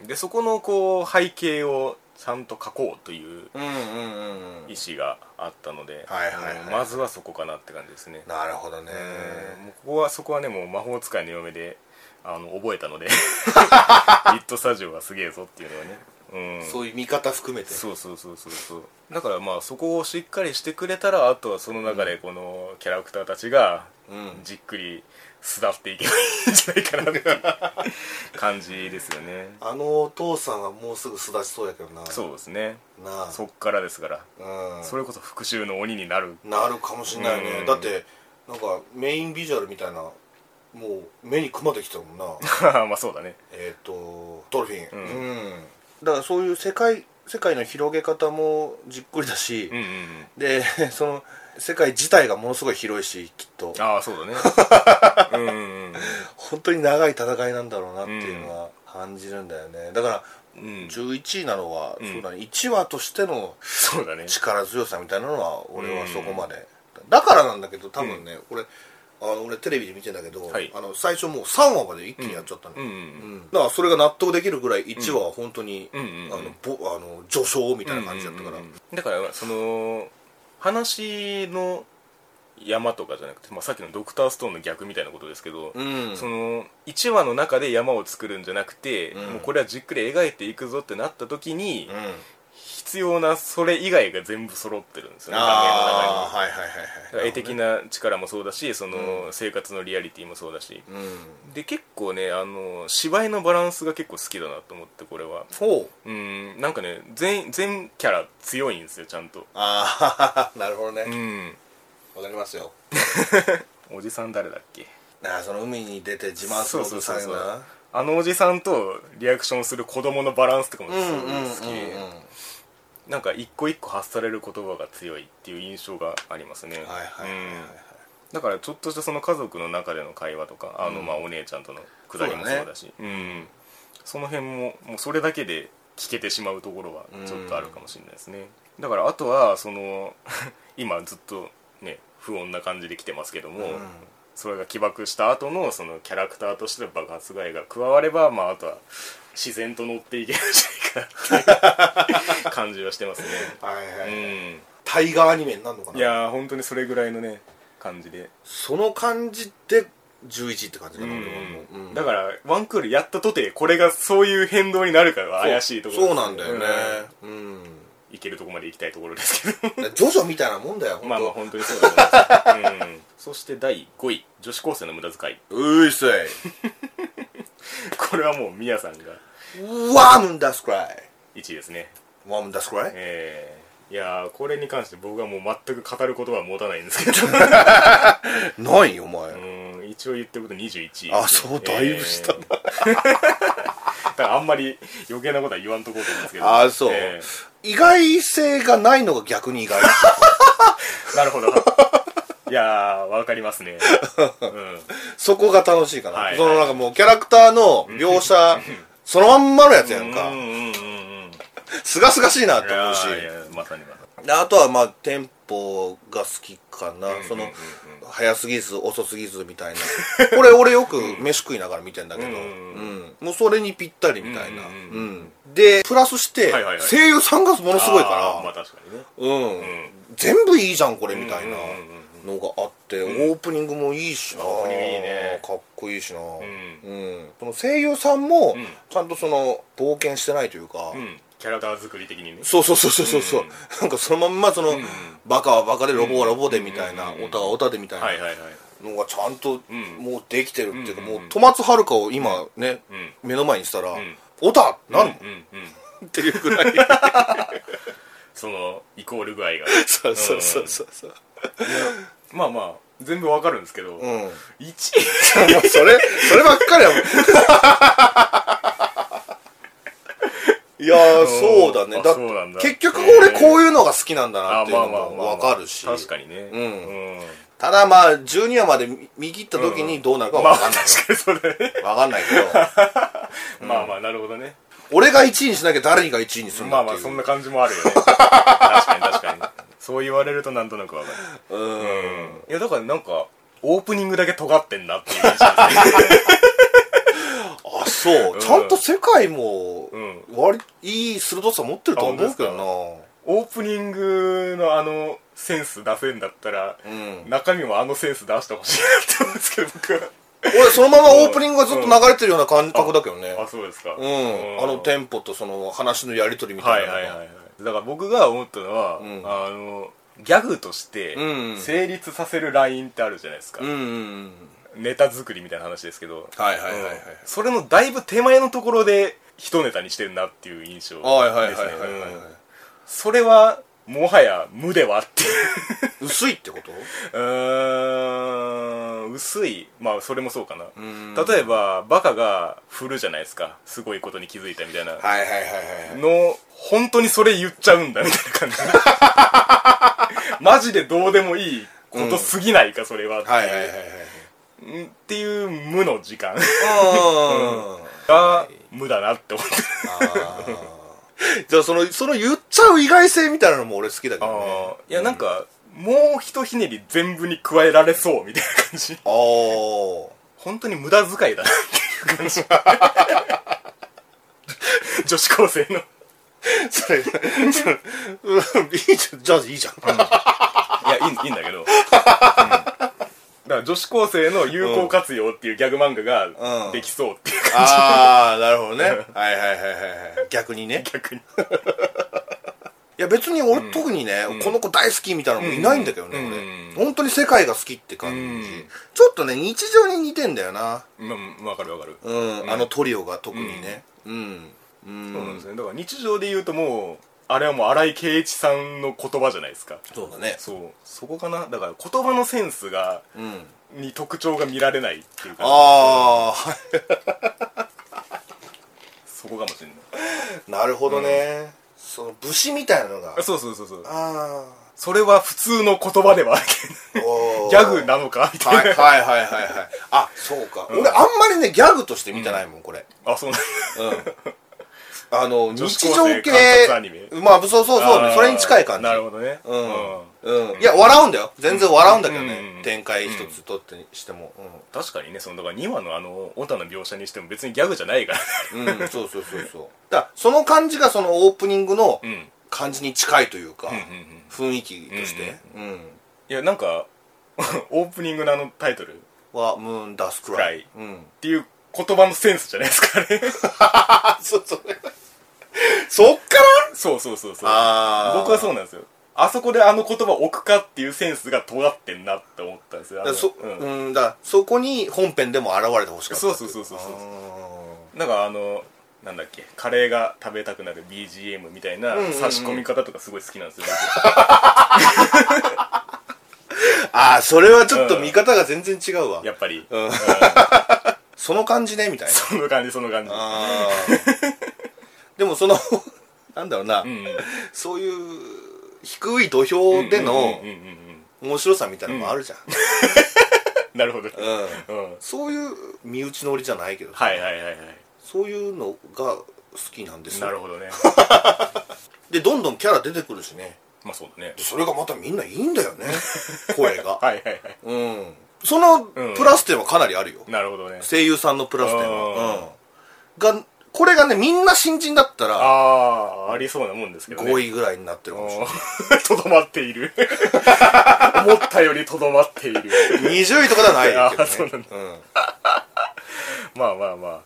うん、でそこのこう背景をちゃんと描こうといううんうんうん意思があったので、はいはいはいうんまずはそこかなって感じですねなるほどねうんもうここはそこはねもう魔法使いの嫁であの覚えたの でビットスタジオがすげえぞっていうのはね、うん、そういう見方含めてそうそうそうそうそうだからまあそこをしっかりしてくれたらあとはその中でこのキャラクターたちがうんじっくり巣立っていけばいいんじゃないかなっていう感じですよねあのお父さんはもうすぐ巣立ちそうやけどなそうですねうなあそっからですからうんそれこそ復讐の鬼になるなるかもしれないよね、うんだってなんかメインビジュアルみたいなもう目にクマできてる もんなまあそうだねえっとドルフィン、ううんだからそういう世界世界の広げ方もじっくりだし、うんうんうんでその世界自体がものすごい広いしきっとああそうだねうんうん本当に長い戦いなんだろうなっていうのは感じるんだよねだからうんうん11位なのは、うんそうだね1話としてのそうだね力強さみたいなのは俺はそこまで、だからなんだけど多分ね、俺あの俺テレビで見てんだけど、はいあの最初もう3話まで一気にやっちゃったの、うんううんんだからそれが納得できるぐらい1話は本当に、うんうんうんあのぼあの序章みたいな感じだったから、うんうんうんだからその話の山とかじゃなくて、まあ、さっきのドクターストーンの逆みたいなことですけど、うんその1話の中で山を作るんじゃなくて、うんもうこれはじっくり描いていくぞってなった時に、うん必要なそれ以外が全部揃ってるんですよねああ画はいはいは面の中いはいに絵的な力もそうだしその生活のリアリティもそうだし、うんで結構ねあの芝居のバランスが結構好きだなと思ってこれはほううんなんかね全全キャラ強いんですよちゃんとああ なるほどねわう、んかりますよおじさん誰だっけああその海に出て自慢するおじさんやそうそうそうそなうあのおじさんとリアクションする子供のバランスとかもすうごいんうんうんうん好き、なんか一個一個発される言葉が強いっていう印象がありますねはいはいはいはいうんだからちょっとしたその家族の中での会話とかあのまあお姉ちゃんとのくだりもそうだしうんその辺ももうそれだけで聞けてしまうところはちょっとあるかもしれないですね、だからあとはその 今ずっとね不穏な感じで来てますけども、うんそれが起爆した後のそのキャラクターとしての爆発害が加わればまああとは自然と乗っていけるんじゃないかなっていう感じはしてますねはいはい、うタイガーアニメになるのか んいなやー本当にそれぐらいのね感じでその感じで11って感じかな、俺はもう、だからワンクールやったとてこれがそういう変動になるかがら怪しいところそうですそうなんだよねうん、うんいけるとこまで行きたいところですけ どジョジョみたいなもん だよまあまあほん本当とにそうだと思います、うん、そして第5位女子高生の無駄遣いうーいせいこれはもうミヤさんがワームンダスクライ1位ですねワームンダスクライえー、いやーこれに関して僕はもう全く語ることは持たないんですけ どないよお前、うん一応言ってること21位あそうだいぶ下だ えーだからあんまり余計なことは言わんとこうと思うんですけどあそう、え意外性がないのが逆に意外ーなるほ どいやーわかりますね、うん、そこが楽しいかな、はいはいそのなんかもうキャラクターの描写そのまんまのやつやんかうんうんうんうんすがすがしいなって思うしいやいやまさにまさであとはまあテンポが好きかな、にその、うんうん早すぎず遅すぎずみたいなこれ俺よく飯食いながら見てんだけど、ううんんうんもうそれにぴったりみたいな、ううんんうんでプラスして、はいはいはい声優さんがものすごいあーまあか確かにねら、うんん全部いいじゃんこれみたいなうんのがあって、オープニングもいいしなオープニングいいねかっこいいしな、うんんその声優さんもんちゃんとその冒険してないというか、うんうんキャラクター作り的にねそうそうそうそうそう、うんなんかそのまんまその、んバカはバカでロボはロボでみたいな、うんオタはオタでみたいな、はいはいはいのがちゃんとんもうできてるっていうか、うんもう戸松遥を今ね、う目の前にしたらん「オタ!」なるもん、うんうんうんっていうぐらいそのイコール具合が そうそうそうそうそうまあまあ全部わかるんですけど、うんもう1位 それそればっかりはもう いいやーそうだねあだっそうなんだ結局俺こういうのが好きなんだなっていうのあも分かるし確かにねうんうんただまあ12話まで見見切った時にどうなるかまはあ分かん確ないかにそうだね分かんないけど まあまあなるほどね俺が1位にしなきゃ誰が1位にするんまあだってまあいうそんな感じもあ るよね確かに確かにそう言われるとなんとなくわかるうんいやだからなんかオープニングだけ尖ってんな っていう印象ですあそううんちゃんと世界もうん割いい鋭さ持ってると思うけどあなオープニングのあのセンス出せんだったら、うん中身もあのセンス出してほしいなって思うんですけど僕は俺そのままオープニングがずっと流れてるような感覚だけどねあそうですかうんあのテンポとその話のやり取りみはたいいなはいはいのはがいだから僕が思ったのは、んあのギャグとしてうん成立させるラインってあるじゃないですか、うんうんネタ作りみたいな話ですけどはいはいはいはいうんそれのだいぶ手前のところで一ネタにしてるなっていう印象うんはいはいではすいねはいはいうんそれはもはや無ではっていう薄いってことうーん薄いまあそれもそうかな、ん例えばバカが振るじゃないですかすごいことに気づいたみたいなはいはいはいはいはいの本当にそれ言っちゃうんだみたいな感じ マジでどうでもいいことすぎないか、それはっていう、はいはいはいはいうんっていう無の時間うんが無だなって思ってあー じゃあそのその言っちゃう意外性みたいなのも俺好きだけどねあーいやなんか、もうひとひねり全部に加えられそうみたいな感じああ本当に無駄遣いだなっていう感 じ女子高生のそれ、それうんいいじゃん、じゃあいいじゃん。いやいいいいんだけど、うんだから女子高生の有効活用っていうギャグ漫画うがんできそうっていうああ、なるほどね。はいはいはいはい。逆にね。逆にいや別に俺、特にね、この子大好きみたいなのもいないんだけどね、うん俺。本当に世界が好きって感じ。うんちょっとね、日常に似てんだよな。まあわかるわかる、うん、あのトリオが特にね。うん。うんそうなんですねだから日常で言うともうあれはもう荒井圭一さんの言葉じゃないですかそうだね。そうそこかなだから言葉のセンスがうん。に特徴が見られないっていうかああ、そこかもしれないなるほどね。その武士みたいな のがあ。そうそうそうそうあそれは普通の言葉ではあるあ。 おーけどギャグなのかみたいはな、いはいはいはいはい。あ、そうか。俺あんまりね、ギャグとして見てないもん、これ。あそうなんだうん。あの、女子日高常生系観察アニメ。まあ、そうそうそうあね。ーそれに近い感じ。なるほどねううんん。うん。いや、笑うんだよ。全然笑うんだけどうねん。展開一つとってにしても。確かにねそのだから2話のあのオタの描写にしても別にギャグじゃないからねうん。うん、そうそうそうそう。だからその感じがそのオープニングのん感じに近いというか、うんうん雰囲気として。うん。いやなんか オープニングのあのタイトルっは、ムーンダスクライ。うん。ていう言葉のセンスじゃないですかねあ、そうそう。 そっから そうそうそうそうあー僕はそうなんですよあそこであの言葉置くかっていうセンスが尖ってんなって思ったんですよあだかのらそ、うんうん、だからそこに本編でも現れてほしかったそうそうそうそうそううなんかあのなんだっけカレーが食べたくなる BGM みたいなうんうん差し込み方とかすごい好きなんですよ、ああそれはちょっと見方が全然違うわ、 やっぱり、んうんその感じねみたいなその感じその感じあーでもその なんだろうな、うんそういう低い土俵でのうんうんうんうん面白さみたいなのもあるじゃん、なるほど、ううんん、そういう身内乗りじゃないけど、はいはいはいはいそういうのが好きなんですよなるほ どねでどんどんキャラ出てくるしねまあそうだねでそれがまたみんないいんだ よね声がはいはいはいうんそのうんプラス点はかなりあるよ、なるほ どね声優さんのプラス点うんは、うん、がこれがねみんな新人だったあらあありそうなもんですけどね5位ぐらいになってるかもしれあーとどまってい る思ったよりとどまっているない20位とかではないけどあーそうなんねうんまあまあまあ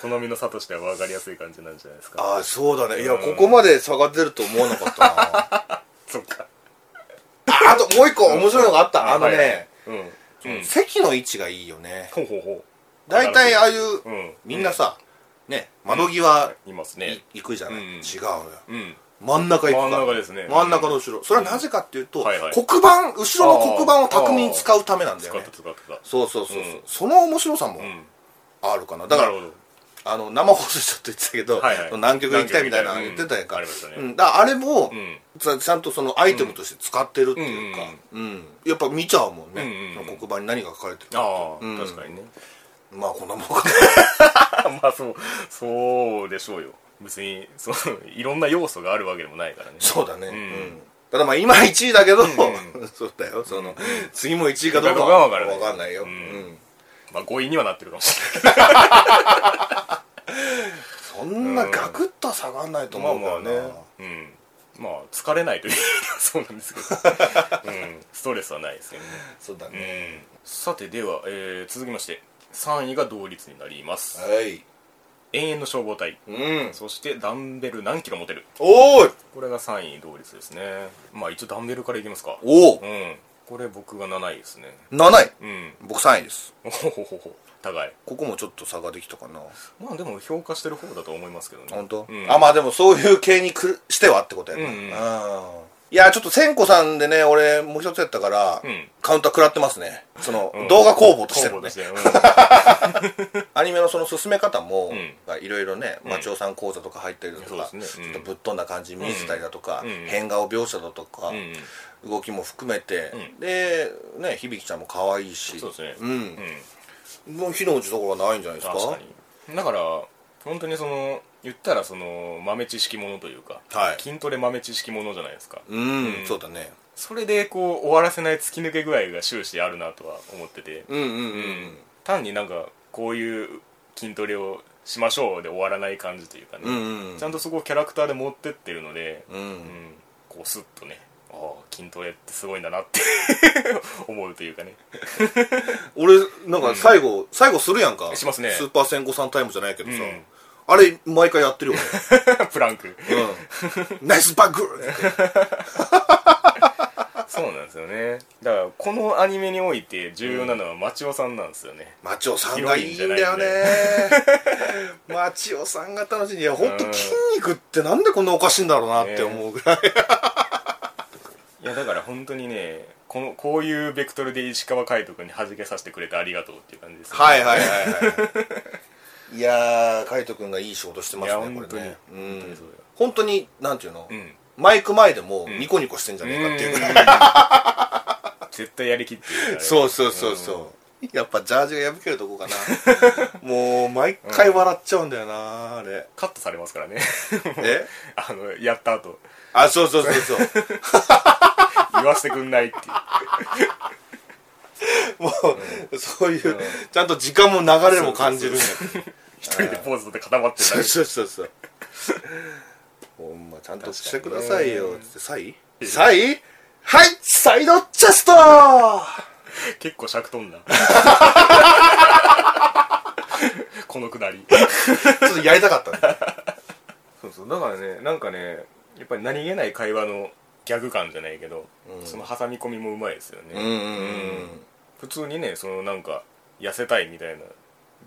好みの差としては分かりやすい感じなんじゃないですかああそうだねいうやんここまで差が出ると思わなかったな あそっかあともう一個面白いのがあったあのはいはいねうんうん席の位置がいいよねほうほうほう大体ああいううんみんなさね窓際いますいね行くじゃないうん違うのようん真ん中行くから真ん中ですね真ん中の後ろそれはなぜかっていうとはいはい黒板後ろの黒板を巧みに使うためなんだよ使っねて使ってたそうそうそうそううんその面白さもうんあるかなだかならるほどあの生放送ちょっと言ってたけど、はいはい何曲行きたいみたいなの言ってたやんか、うんありましたねうんだからあれも、んちちゃんとそのアイテムとして使ってるっていうか、うんやっぱ見ちゃうもんね、うんうんその黒板に何が書かれてるかああ、うん確かにね まあこんなもんかまあそうそうでしょうよ別にそういろんな要素があるわけでもないからねそうだね、うんんただまあ今1位だけど、そうだよその、次も1位かどうかはどうかは分からない分かんないよ、うんうんまあ5位にはなってるかもしれそんなガクッとは下がんないとないまあ思うまからあね、ねうんまあ疲れないという そうなんですけ ど、うん、ストレスはないですけどねそうだうね、んさてでは、えー続きまして3位が同率になりますはい永遠の消防隊うんそしてダンベル何キロ持てるおーいこれが3位同率ですねまあ一応ダンベルからいきますかおおうんこれ僕が7位ですね7位うん僕3位ですおほほほほ高いここもちょっと差ができたかなまあでも評価してる方だと思いますけどね本当、うん、あまあでもそういう系にくるしてはってことやな、うんうんいやちょっと千子さんでね俺もう一つやったから、うんカウンター食らってますねその、うん動画工房として公募のねとしてうんアニメのその進め方もんいろいろねマチオさん講座とか入ったりだとか、そうですねうんちょっとぶっ飛んだ感じ見せたりだとか、うんうん変顔描写だとか、うんうん動きも含めて、うでね響ちゃんも可愛いしそうですねうんうん、もう火の打ちどころはないんじゃないですか確かにだから本当にその言ったらその豆知識ものというか、はい筋トレ豆知識ものじゃないですかうん、うんそうだねそれでこう終わらせない突き抜け具合が終始あるなとは思ってて、うんうんううんん単になんかこういう筋トレをしましょうで終わらない感じというかね、うんうんうんちゃんとそこをキャラクターで持ってってるので、ううんんこうスッとねああ筋トレってすごいんだなって 思うというかね 俺なんか最後、最後するやんかしますねスーパー戦後さんタイムじゃないけどさ、うんあれ毎回やってるよプランク俺、うん、ナイスバッグそうなんですよねだからこのアニメにおいて重要なのは町尾さんなんですよね、マチオさんがいいんだよねマチオさんが楽しいいや本当筋肉ってなんでこんなおかしいんだろうなって思うぐらい、いやだから本当にねこのこういうベクトルで石川海人君に弾けさせてくれてありがとうっていう感じです、ね、はいはいはい はいいやー海斗君がいい仕事してまいやすねこ本当れに、ね本当にそうよ本当になんていうの、うんマイク前でもニコニコしてんじゃねえかっていうぐらい、絶対やりきってるからそうそうそうそう、やっぱジャージが破けるとこかな もう毎回笑っちゃうんだよなあれカットされますからね えあのやった後あそうそうそうそう言わせてくんないっていうもうそういう、ちゃんと時間も流れも感じるんだけど一人でポーズ取って固まってそうるそうそうそうほんまちゃんとしてくださいよつってサイねサイはいサイドチェスト結構尺 飛んだこのくだりちょっとやりたかったねそうそうだからねなんかねやっぱり何気ない会話のギャグ感じゃないけど、その挟み込みもうまいですよね、普通にねそのなんか痩せたいみたいな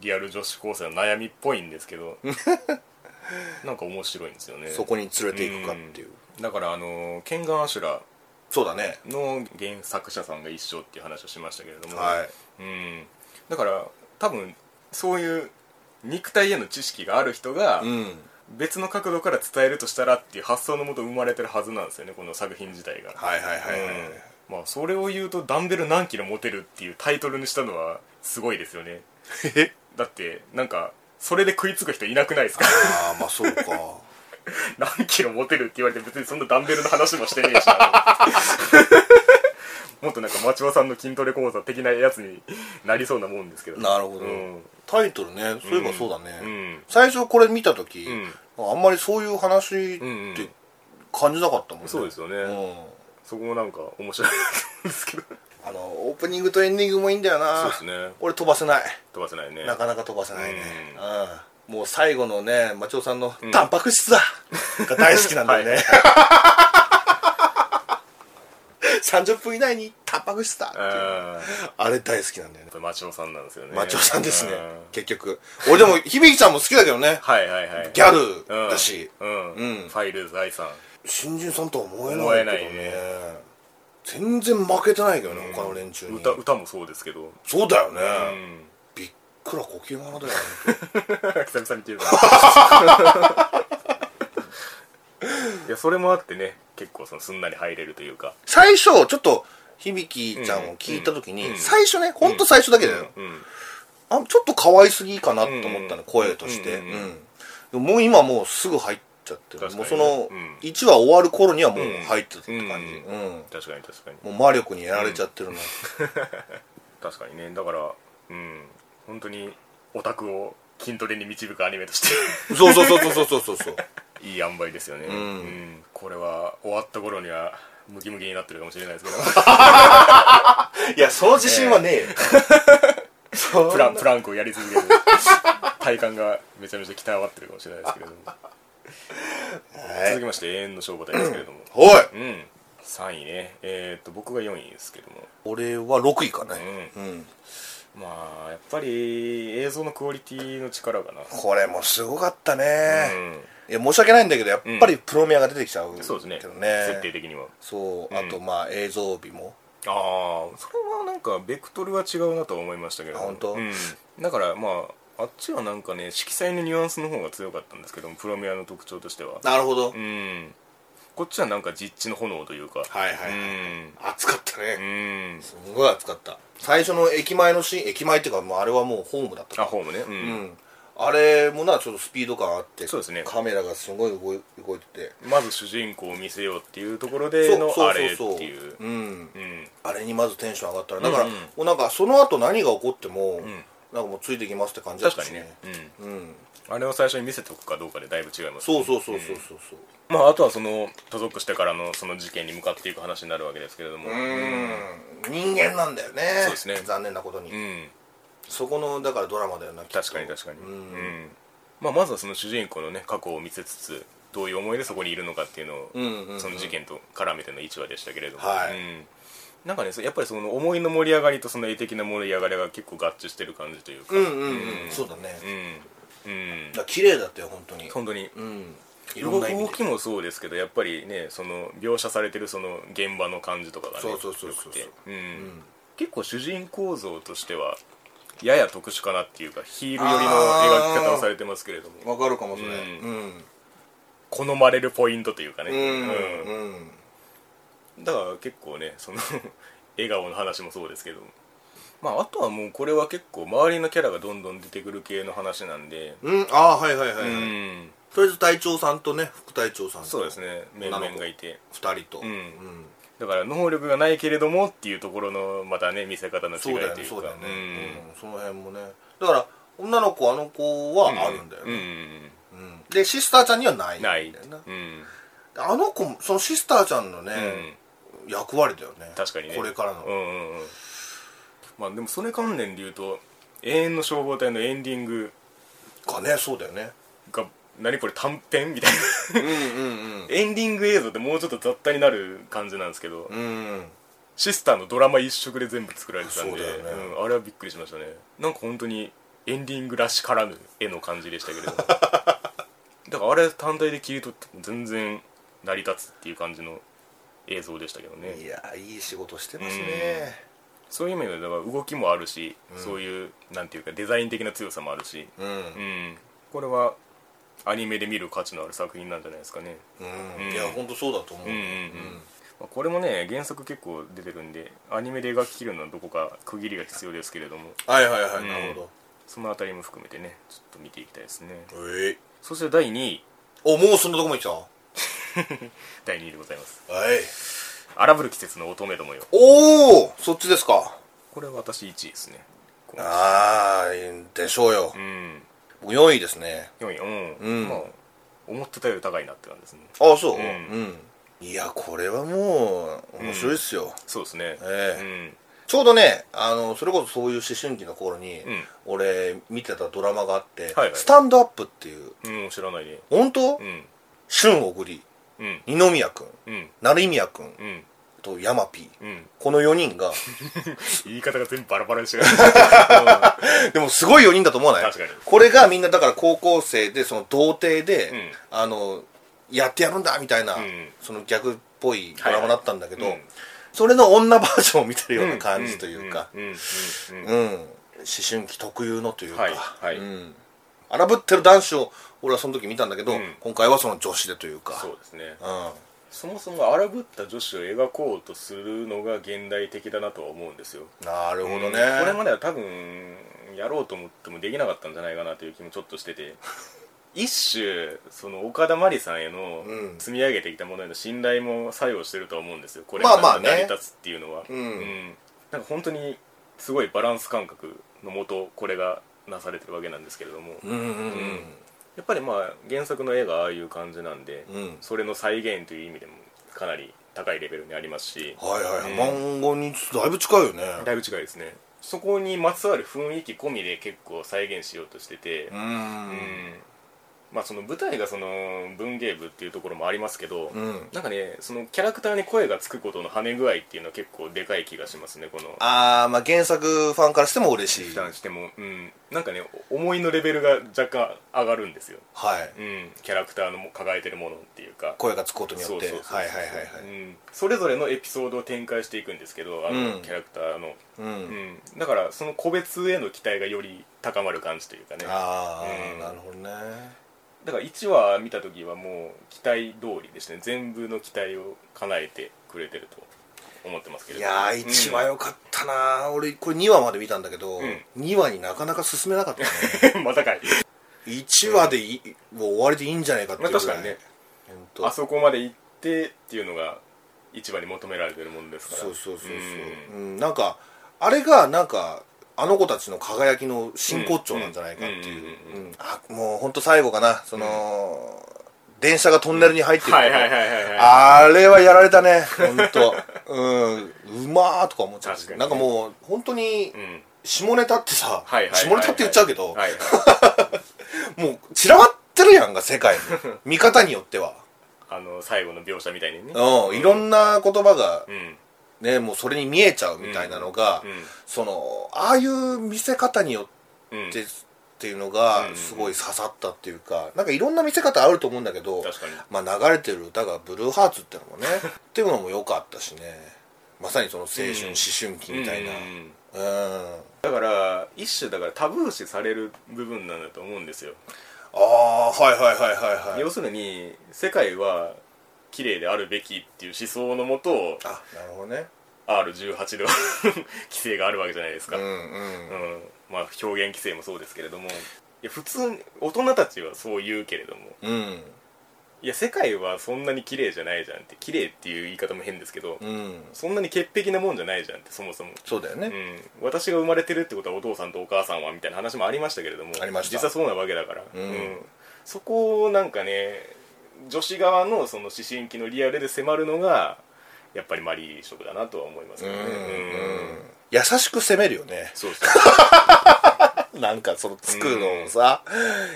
リアル女子高生の悩みっぽいんですけ どなんか面白いんですよねそこに連れていくかっていう、だからあのケンガン・アシュラそうだねの原作者さんが一緒っていう話をしましたけれども、はいうん、だから多分そういう肉体への知識がある人がうん別の角度から伝えるとしたらっていう発想のもと生まれてるはずなんですよねこの作品自体が、はいはいはいはい、うんまあ、それを言うと「ダンベル何キロ持てる」っていうタイトルにしたのはすごいですよねえだってなんかそれで食いつく人いなくないです かああまあそうか何キロ持てるって言われて別にそんなダンベルの話もしてねえしな もっとなんか町場さんの筋トレ講座的なやつになりそうなもんですけど なるほど、うんタイトルねそういえばそうだね、うん最初これ見た時、んあんまりそういう話っうんうんて感じなかったもんね、そうですよね、うんそこもなんか面白いですけどあのオープニングとエンディングもいいんだよなね俺飛ばせない飛ばせないねなかなか飛ばせないねううんもう最後のねマチオさんの「タンパク質だ!」が大好きなんだよね、30分以内にタンパク質だっていうああれ大好きなんだよねあ町尾さんなんですよねマチオさんですねうん結局俺でも響ちゃんも好きだけどねはいはいはいギャルだし、うん、うんファイル財産新人さんとは思え思えなないいけどねね全然負けてないけどね、他の連中に歌歌もそうですけど そうだよね、うんびっくら呼吸物だよ、久々に言う いやそれもあってね結構そのすんなり入れるというか最初ちょっと響ちゃんを聞いた時に、うんうん最初ねほんと最初だけだよ、うんあちょっと可愛すぎかなと思ったうの、ん声として、ううんうんんうんでももう今もうすぐ入っちゃってる、確もうかそにねのうん1話終わる頃にはもう入ってたってう感じ、うんん確かに確かにもう魔力にやられちゃってるな、確かにねだからうん本当にオタクを筋トレに導くアニメと してそうそうそうそうそうそうそういい塩梅ですよね、うんこれは終わった頃にはムキムキになってるかもしれないですけどいやその自信はねえよ、プランプランクをやり続け て体幹がめちゃめちゃ鍛わってるかもしれないですけれども続はいきまして永遠の消防隊ですけれどもおいうん3位ねえーっと僕が4位ですけども俺は6位かね、ううん、んまあやっぱり映像のクオリティの力かな、これもすごかったね、うんいや申し訳ないんだけどやっぱりプロミアが出てきちゃうけそうどですねね,、設定的にはそうあとまあ映像美もああそれはなんかベクトルは違うなとは思いましたけどあ本当うん、だからまああっちはなんかね色彩のニュアンスの方が強かったんですけどもプロミアの特徴としてはなるほど、うんこっちはなんか実地の炎というかはいはい、うん暑かったね、うんすごい暑かった最初の駅前のシーン駅前っていうかもうあれはもうホームだったあからホームねうん、うんあれもなちょっとスピード感あってそうですねカメラがすごい動い動いてまず主人公を見せようっていうところてでのあれってそういううんうんあれにまずテンション上がったらだから、うんうんもうなんかその後何が起こっても、んなんかもうついてきますって感じだっ確たかしにね、うんうん、あれを最初に見せておくかどうかでだいぶ違いますそうそうそうそうそうそうまあ、あとはその所属してからのその事件に向かっていく話になるわけですけれどもうーん人間なんだよねそうですね残念なことに、うんそこのだからドラマだよなきっと確かに確かに、うんまあ、まずはその主人公のね過去を見せつつどういう思いでそこにいるのかっていうのを、うんうんうんその事件と絡めての1話でしたけれども、はいうんなんかねそやっぱりその思いの盛り上がりとその絵的な盛り上がりが結構合致してる感じというかうんうんうん、そうだね、うん、うんだから綺麗だったよ本当に本当にうんいろん動なき意味動できもそうですけどやっぱりねその描写されてるその現場の感じとかがねそうそうそうそう良くてうんん結構主人公像としてはやや特殊かなっていうかヒール寄りのあー描き方をされてますけれどもわかるかもそれううん好まれるポイントというかね、うんううんんだから結構ねその 笑顔の話もそうですけどまああとはもうこれは結構周りのキャラがどんどん出てくる系の話なんで、うんああはいはいはい、はいうんとりあえず隊長さんとね副隊長さんとそうですね面女の々子がいて2人とううんだから能力がないけれどもっていうところのまたね見せ方の違いとそういうだかよねそうだよね、うんその辺もねだから女の子あの子うんはあるんだようね、んうんでシスターちゃんにはないんなだいよねうんあの子もそのシスターちゃんのね、役割だよね確かにねこれからの、うんうんうんまあでもそれ関連で言うと「永遠の消防隊」のエンディングかねそうだよねが何これ短編みたいなうんうんエンディング映像ってもうちょっと雑多になる感じなんですけど、うんうんシスターのドラマ一色で全部作られてたんでそうだよねうんあれはびっくりしましたねなんか本当にエンディングらしからぬ絵の感じでしたけれ どもだからあれ単体で切り取っても全然成り立つっていう感じの映像でしたけどねいやいい仕事してますね、そういう意味ではだから動きもあるし、そういうなんていうかデザイン的な強さもあるし、うんうん、これはアニメで見る価値のある作品なんじゃないですかね、うんうんいや本当そうだと思う、うんうんまあこれもね原作結構出てるんでアニメで描ききるのはどこか区切りが必要ですけれどもはいはいはい、んなるほそのあたりも含めてねちょっと見ていきたいですねどえいそして第2位おもうそんなとこまで来た第2位でございますはい荒ぶる季節の乙女どもよおおそっちですかこれは私1位ですねこうああでしょうようん僕4位ですね4位うん、うんまあ思ってたより高いなって感じですねああそうううんん、いやこれはもう面白いっすよ、そうですねええうんちょうどねあのそれこそそういう思春期の頃に、ん俺見てたドラマがあって「はいはいスタンドアップ」っていううん、知らないね。本当、うん。俊小栗うん。二宮君うん。成宮君うん。と山 P うん。この4人が 言い方が全部バラバラにしてる。うでもすごい4人だと思わない確かにこれがみんなだから高校生でその童貞で、うんあのやってやるんだみたいな、うんその逆っぽいドラマだったんだけど、はいはいうんそれの女バージョンを見てるんような感じというかうん。うん。うんうんうん、春期特有のというか、はいはいうん、荒ぶってる男子を俺はその時見たんだけど、うん今回はその女子でというかそうですねうんそもそも荒ぶった女子を描こうとするのが現代的だなとは思うんですよなるほどね、これまでは多分やろうと思ってもできなかったんじゃないかなという気もちょっとして て一種その岡田真理さんへのうん積み上げてきたものへの信頼も作用してるとは思うんですよこれまあまあがね成り立つっていうのは、うんなんか本当にすごいバランス感覚のもとこれがなされてるわけなんですけれども、うんうんうんやっぱりまあ原作の絵がああいう感じなんで、うんそれの再現という意味でもかなり高いレベルにありますしはいはい、うん漫画にだいぶ近いよねだいぶ違いですねそこにまつわる雰囲気込みで結構再現しようとしてて、ううんんまあその舞台がその文芸部っていうところもありますけど、うんなんかねそのキャラクターに声がつくことの跳ね具合っていうのは結構でかい気がしますねこのああまあ原作ファンからしても嬉し負い担しても、うん、なんかね思いのレベルが若干上がるんですよ、はいうん、キャラクターの抱えてるものっていうか声がつくことによそうっそてうそうそうはいはいはいはいうんそれぞれのエピソードを展開していくんですけどあの、うんキャラクターの、うん、うん、だからその個別への期待がより高まる感じというかねああ、うんなるほどねだから1話見た時はもう期待通りですね全部の期待を叶えてくれてると思ってますけれいどやー1話良かったなー、俺これ2話まで見たんだけど、うん2話になかなか進めな かったねうんまたかい1話でいいもう終わりでいいんじゃないかっていうぐらい、まあ確かにねほんとあそこまで行ってっていうのが1話に求められてるもんですからそうそうそうそう、んうんなんかあれがなんかあの子たちの輝きの真骨頂なんじゃないかっていううんうんうんあもう本当最後かなその、電車がトンネルに入ってるとこはいはいはいはいはいあれはやられたね本 当うんうまーとか思っちゃう確かにねなんかもう本当にうん下ネタってさ、はいはいはいはい下ネタって言っちゃうけど、はいはい もう散らばってるやんか 世界に見方によってはあの最後の描写みたいにねうんいろんな言葉がうんうんねもうそれに見えちゃうみたいなのが、そのああいう見せ方にようんうんってっていうのがうんすごい刺さったっていうか、なんかいろんな見せ方あると思うんだけど、確かにまあ、流れてる歌が「ブルーハーツ」っての もねっていうのも良かったしねまさにその青春、うん思春期みたいなうんうんうんうんだから一種だからタブー視される部分なんだと思うんですよああはいはいはいはいは要いするに世界は綺麗であるべきっていう思想のもとあなるほどね R18 では 規制があるわけじゃないですうか、うんんうんまあ、表現規制もそうですけれどもいや普通に大人たちはそう言うけれどもうんいや世界はそんなに綺麗じゃないじゃんって綺麗っていう言い方も変ですけど、うんそんなに潔癖なもんじゃないじゃんってそもそも、そうだようね、ん、私が生まれてるってことはお父さんとお母さんはみたいな話もありましたけれどもありました実はそうなわけだから、うんそこをなんかね女子側のその思春期のリアルで迫るのがやっぱりマリー色だなとは思いますうけんどねうん優しく攻めるよね そうそうなんかそのつくのをさ、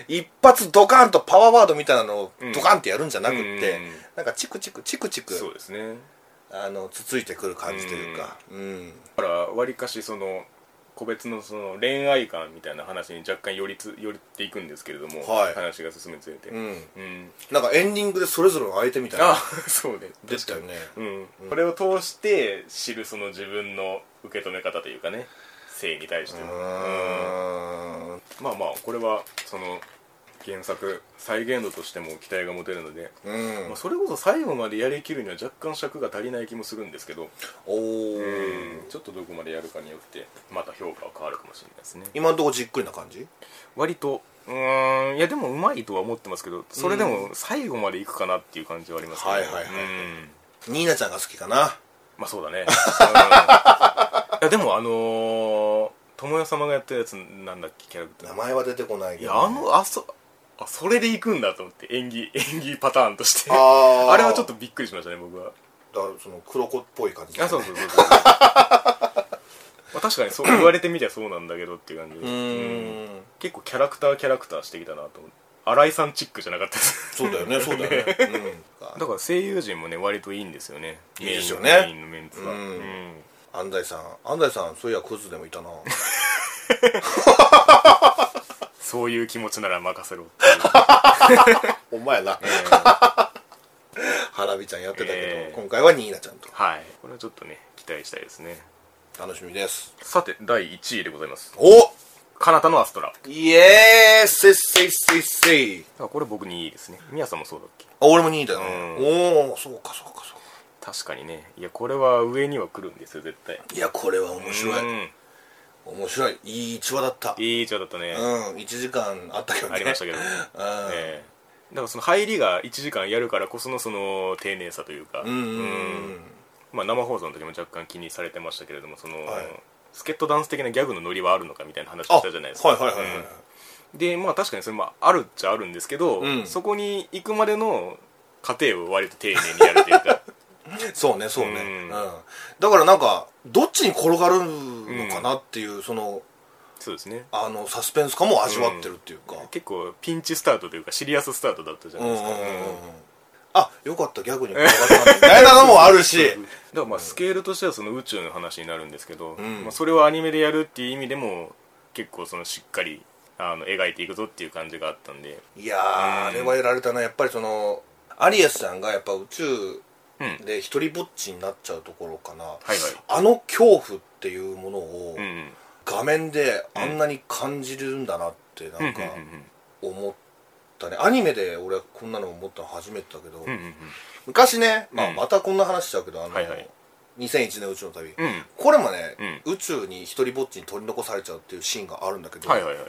一発ドカンとパワーワードみたいなのをドカンってやるんじゃなくって、うんなんかチクチクチクチクそうですねあのつついてくる感じというか、うんだからわりかしその個別のその恋愛観みたいな話に若干寄りつ寄っていくんですけれども、はい話が進むにつれて、うんうんなんかエンディングでそれぞれの相手みたいなあ そうねでしたよねうん、これを通して知るその自分の受け止め方というかね性に対してうのーんまあまあこれはその原作再現度としても期待が持てるので、うんまあ、それこそ最後までやりきるには若干尺が足りない気もするんですけど、おおちょっとどこまでやるかによってまた評価は変わるかもしれないですね今のとこじっくりな感じ割とうーんいやでもうまいとは思ってますけどそれでも最後までいくかなっていう感じはありますけど、はいはいはいうんニーナちゃんが好きかなまあそうだね、うん、い やでもあのー、友よ様がやってるやつなんだっけキャラクタ名ー前は出てこないいけどやあのあそあそれで行くんだと思って演技 演技パターンとしてああーれはちょっとびっくりしましたね僕はだからその黒子っぽい感じあそうそうそうそう まあ確かに そう言われてみりゃそうなんだけどっていう感じでうーん結構キャラクターキャラクターしてきたなと思って新井さんチックじゃなかったですそうだよねそうだよね、うん、 だから声優陣もね割といいんですよねいいですよねメインのメインのメンツはうんうん安西さん安西さんそういやクズでもいた なそういう気持ちなら任せろっていうお前な 花火ちゃんやってたけど、ええ今回はニーナちゃんとはいこれはちょっとね期待したいですね楽しみですさて第1位でございますおカナタのアストラだかイエーイせっせいせいせいらこれ僕にいいですね宮さんもそうだっけあ俺も2位だよね、うおおそうかそうかそうか確かにねいやこれは上には来るんですよ絶対いやこれは面白い、うん面白いいい1話だったいい一話だったね、うん1時間あったけどねありましたけどね、うんええだからその入りが1時間やるからこそのその丁寧さというか、うんうんうんうんまあ、生放送の時も若干気にされてましたけれどもその、はいスケットダンス的なギャグのノリはあるのかみたいな話あをはしいたじゃないですかはいはいはい、うんでまあ確かにそれもあるっちゃあるんですけど、うんそこに行くまでの過程を割と丁寧にやるという かそうねそうね、ううんんだからなんかどっちに転がるのかなっていう、そのそうですねあのサスペンス感も味わってるっていうか、結構ピンチスタートというかシリアススタートだったじゃうなんいうんでうすんか、うんうんあよかったギャグに転がったな みたいなのもあるしだからまあスケールとしてはその宇宙の話になるんですけど、んまあ、それをアニメでやるっていう意味でも結構そのしっかりあの描いていくぞっていう感じがあったんでいやーあれはやられたなやっぱりそのアリアスさんがやっぱ宇宙うんはいで一人ぼっちになっちゃうところかな、はいあの恐怖っていうものをうんうん画面であんなに感じるんだなってなうんうんんか思ったねアニメで俺はこんなの思ったの初めてだけど、うんうんうん昔ね、まあ、うんまたこんな話しちゃうけどあの、はいはい2001年宇宙の旅、うんうんこれもね、宇宙に一人ぼっちに取り残されちゃうっていうシーンがあるんだけど、はいはいはい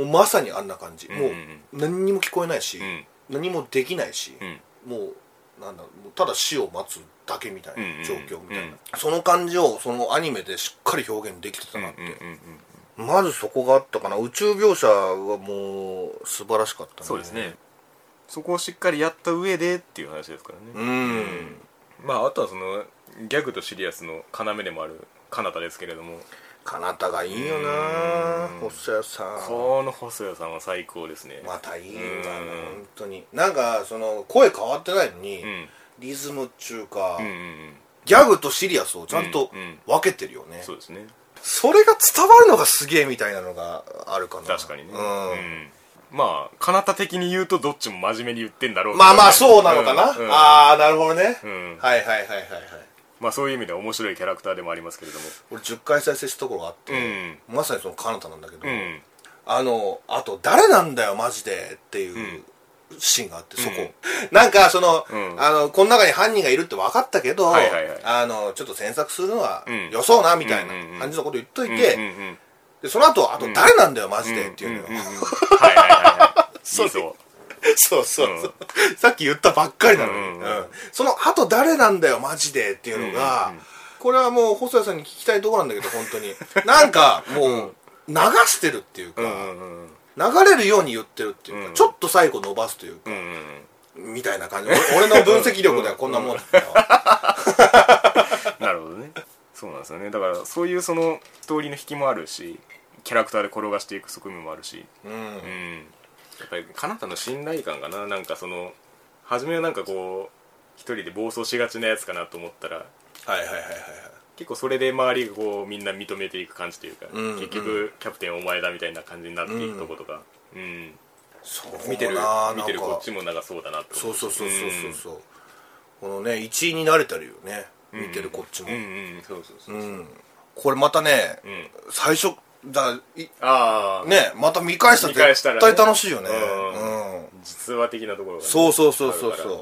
もうまさにあんな感じ、んもう何にも聞こえないし、うん何もできないしう、んもうなんだろうもうただ死を待つだけみたいうんうんな状況みたいな、うんその感じをそのアニメでしっかり表現できてたうんなって、うんうんまずそこがあったかな宇宙描写はもう素晴らしかったねそうですねそこをしっかりやった上でっていう話ですからね、うん、まああとはそのギャグとシリアスの要でもあるカナタですけれどもかなたがいいよなうん細谷さんこの細谷さんは最高ですね、またいいんだなうん本当になんかその声変わってないのに、うんリズムっちゅうか、うんうんうんギャグとシリアスをちゃんとうんうん分けてるよね、そうですねそれが伝わるのがすげえみたいなのがあるかな確かにね、うんうんまあかなた的に言うとどっちも真面目に言ってんだろうけどまあまあそうなのかな、うんうんああなるほどね、うんはいはいはいはいはいまあそういう意味では面白いキャラクターでもありますけれども俺10回再生したところがあって、まさにその彼方なんだけど、うんあのあと誰なんだよマジでっていうシーンがあって、そこ、うんなんかその,、うんあのこの中に犯人がいるって分かったけど、はいはいはいあのちょっと詮索するのはうんよそうなみたいうんうんうんな感じのこと言っといて、うんうんうんでその後あと誰なんだよマジでっていうのよ、んんんんはいはいはい そそううそう そうそうそう、さっき言ったばっかりなのに、うんうんううんんそのあと誰なんだよマジでっていうのが、うんうんこれはもう細谷さんに聞きたいところなんだけど本当になんかもう流してるっていうか、うんうんうん流れるように言ってるっていうか、うんちょっと最後伸ばすといううか、んうんうんみたいな感じ俺俺の分析力ではこんなもんだったよなるほどねそうなんですよねだからそういうそのストーリーの引きもあるしキャラクターで転がしていく側面もあるし うんうんやっぱりかなたの信頼感かななんかその初めはなんかこう一人で暴走しがちなやつかなと思ったらはいはいはいはいはい結構それで周りがこうみんな認めていく感じというか、うん結局キャプテンお前だみたいな感じになっていくとことか、うんそう見てるな見てるなんこかっちもなんかそうだなってそうそうそうそうそうそうこのね一位になれたるよね見てるこっちも、うんうんうんそうそうそうう、うんんこれまたね、最初だいああ、ねまた見返した見ら返したら絶ね対楽しいよねううん、実話的なところがね、そうそうそうそうあるかそ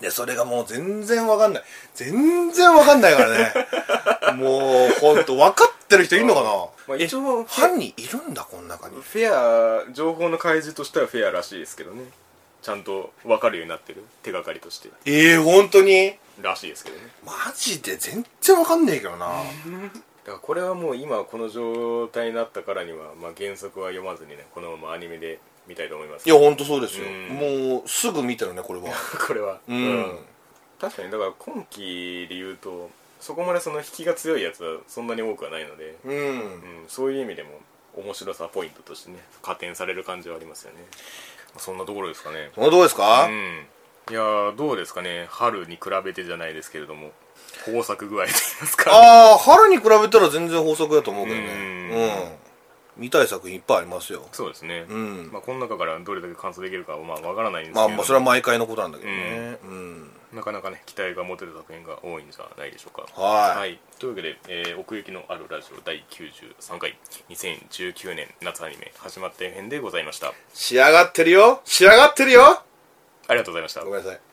うでそれがもう全然わかんない全然わかんない からねもうほんと分かってる人いるのかなまあ、一応フェ犯人いるんだこの中にフェア情報の開示としてはフェアらしいですけどねちゃんと分かるようになってる手がかりとしてええー、本当にらしいですけどねマジで全然わかんねえけどなだからこれはもう今この状態になったからには、まあ、原作は読まずにねこのままアニメで見たいと思いますいや本当そうですようんもうすぐ見てるねこれはこれはうん、確かにだから今期で言うとそこまでその引きが強いやつはそんなに多くはないので、うん、うん、そういう意味でも面白さポイントとしてね加点される感じはありますよねそんなところですかねそのどうですか、うんいやーどうですかね春に比べてじゃないですけれども豊作具合と言いますかああ春に比べたら全然豊作だと思うけどねうんうん見たい作品いっぱいありますよそうですね、うんまあ、この中からどれだけ完走できるかはまあわからないんですけまど、あまあそれは毎回のことなんだけどねうん、なかなかね期待が持てる作品が多いんじゃないでしょうかはいというわけで、えー奥行きのあるラジオ第93回2019年夏アニメ始まって編でございました仕上がってるよ仕上がってるよありがとうございましたごめんなさい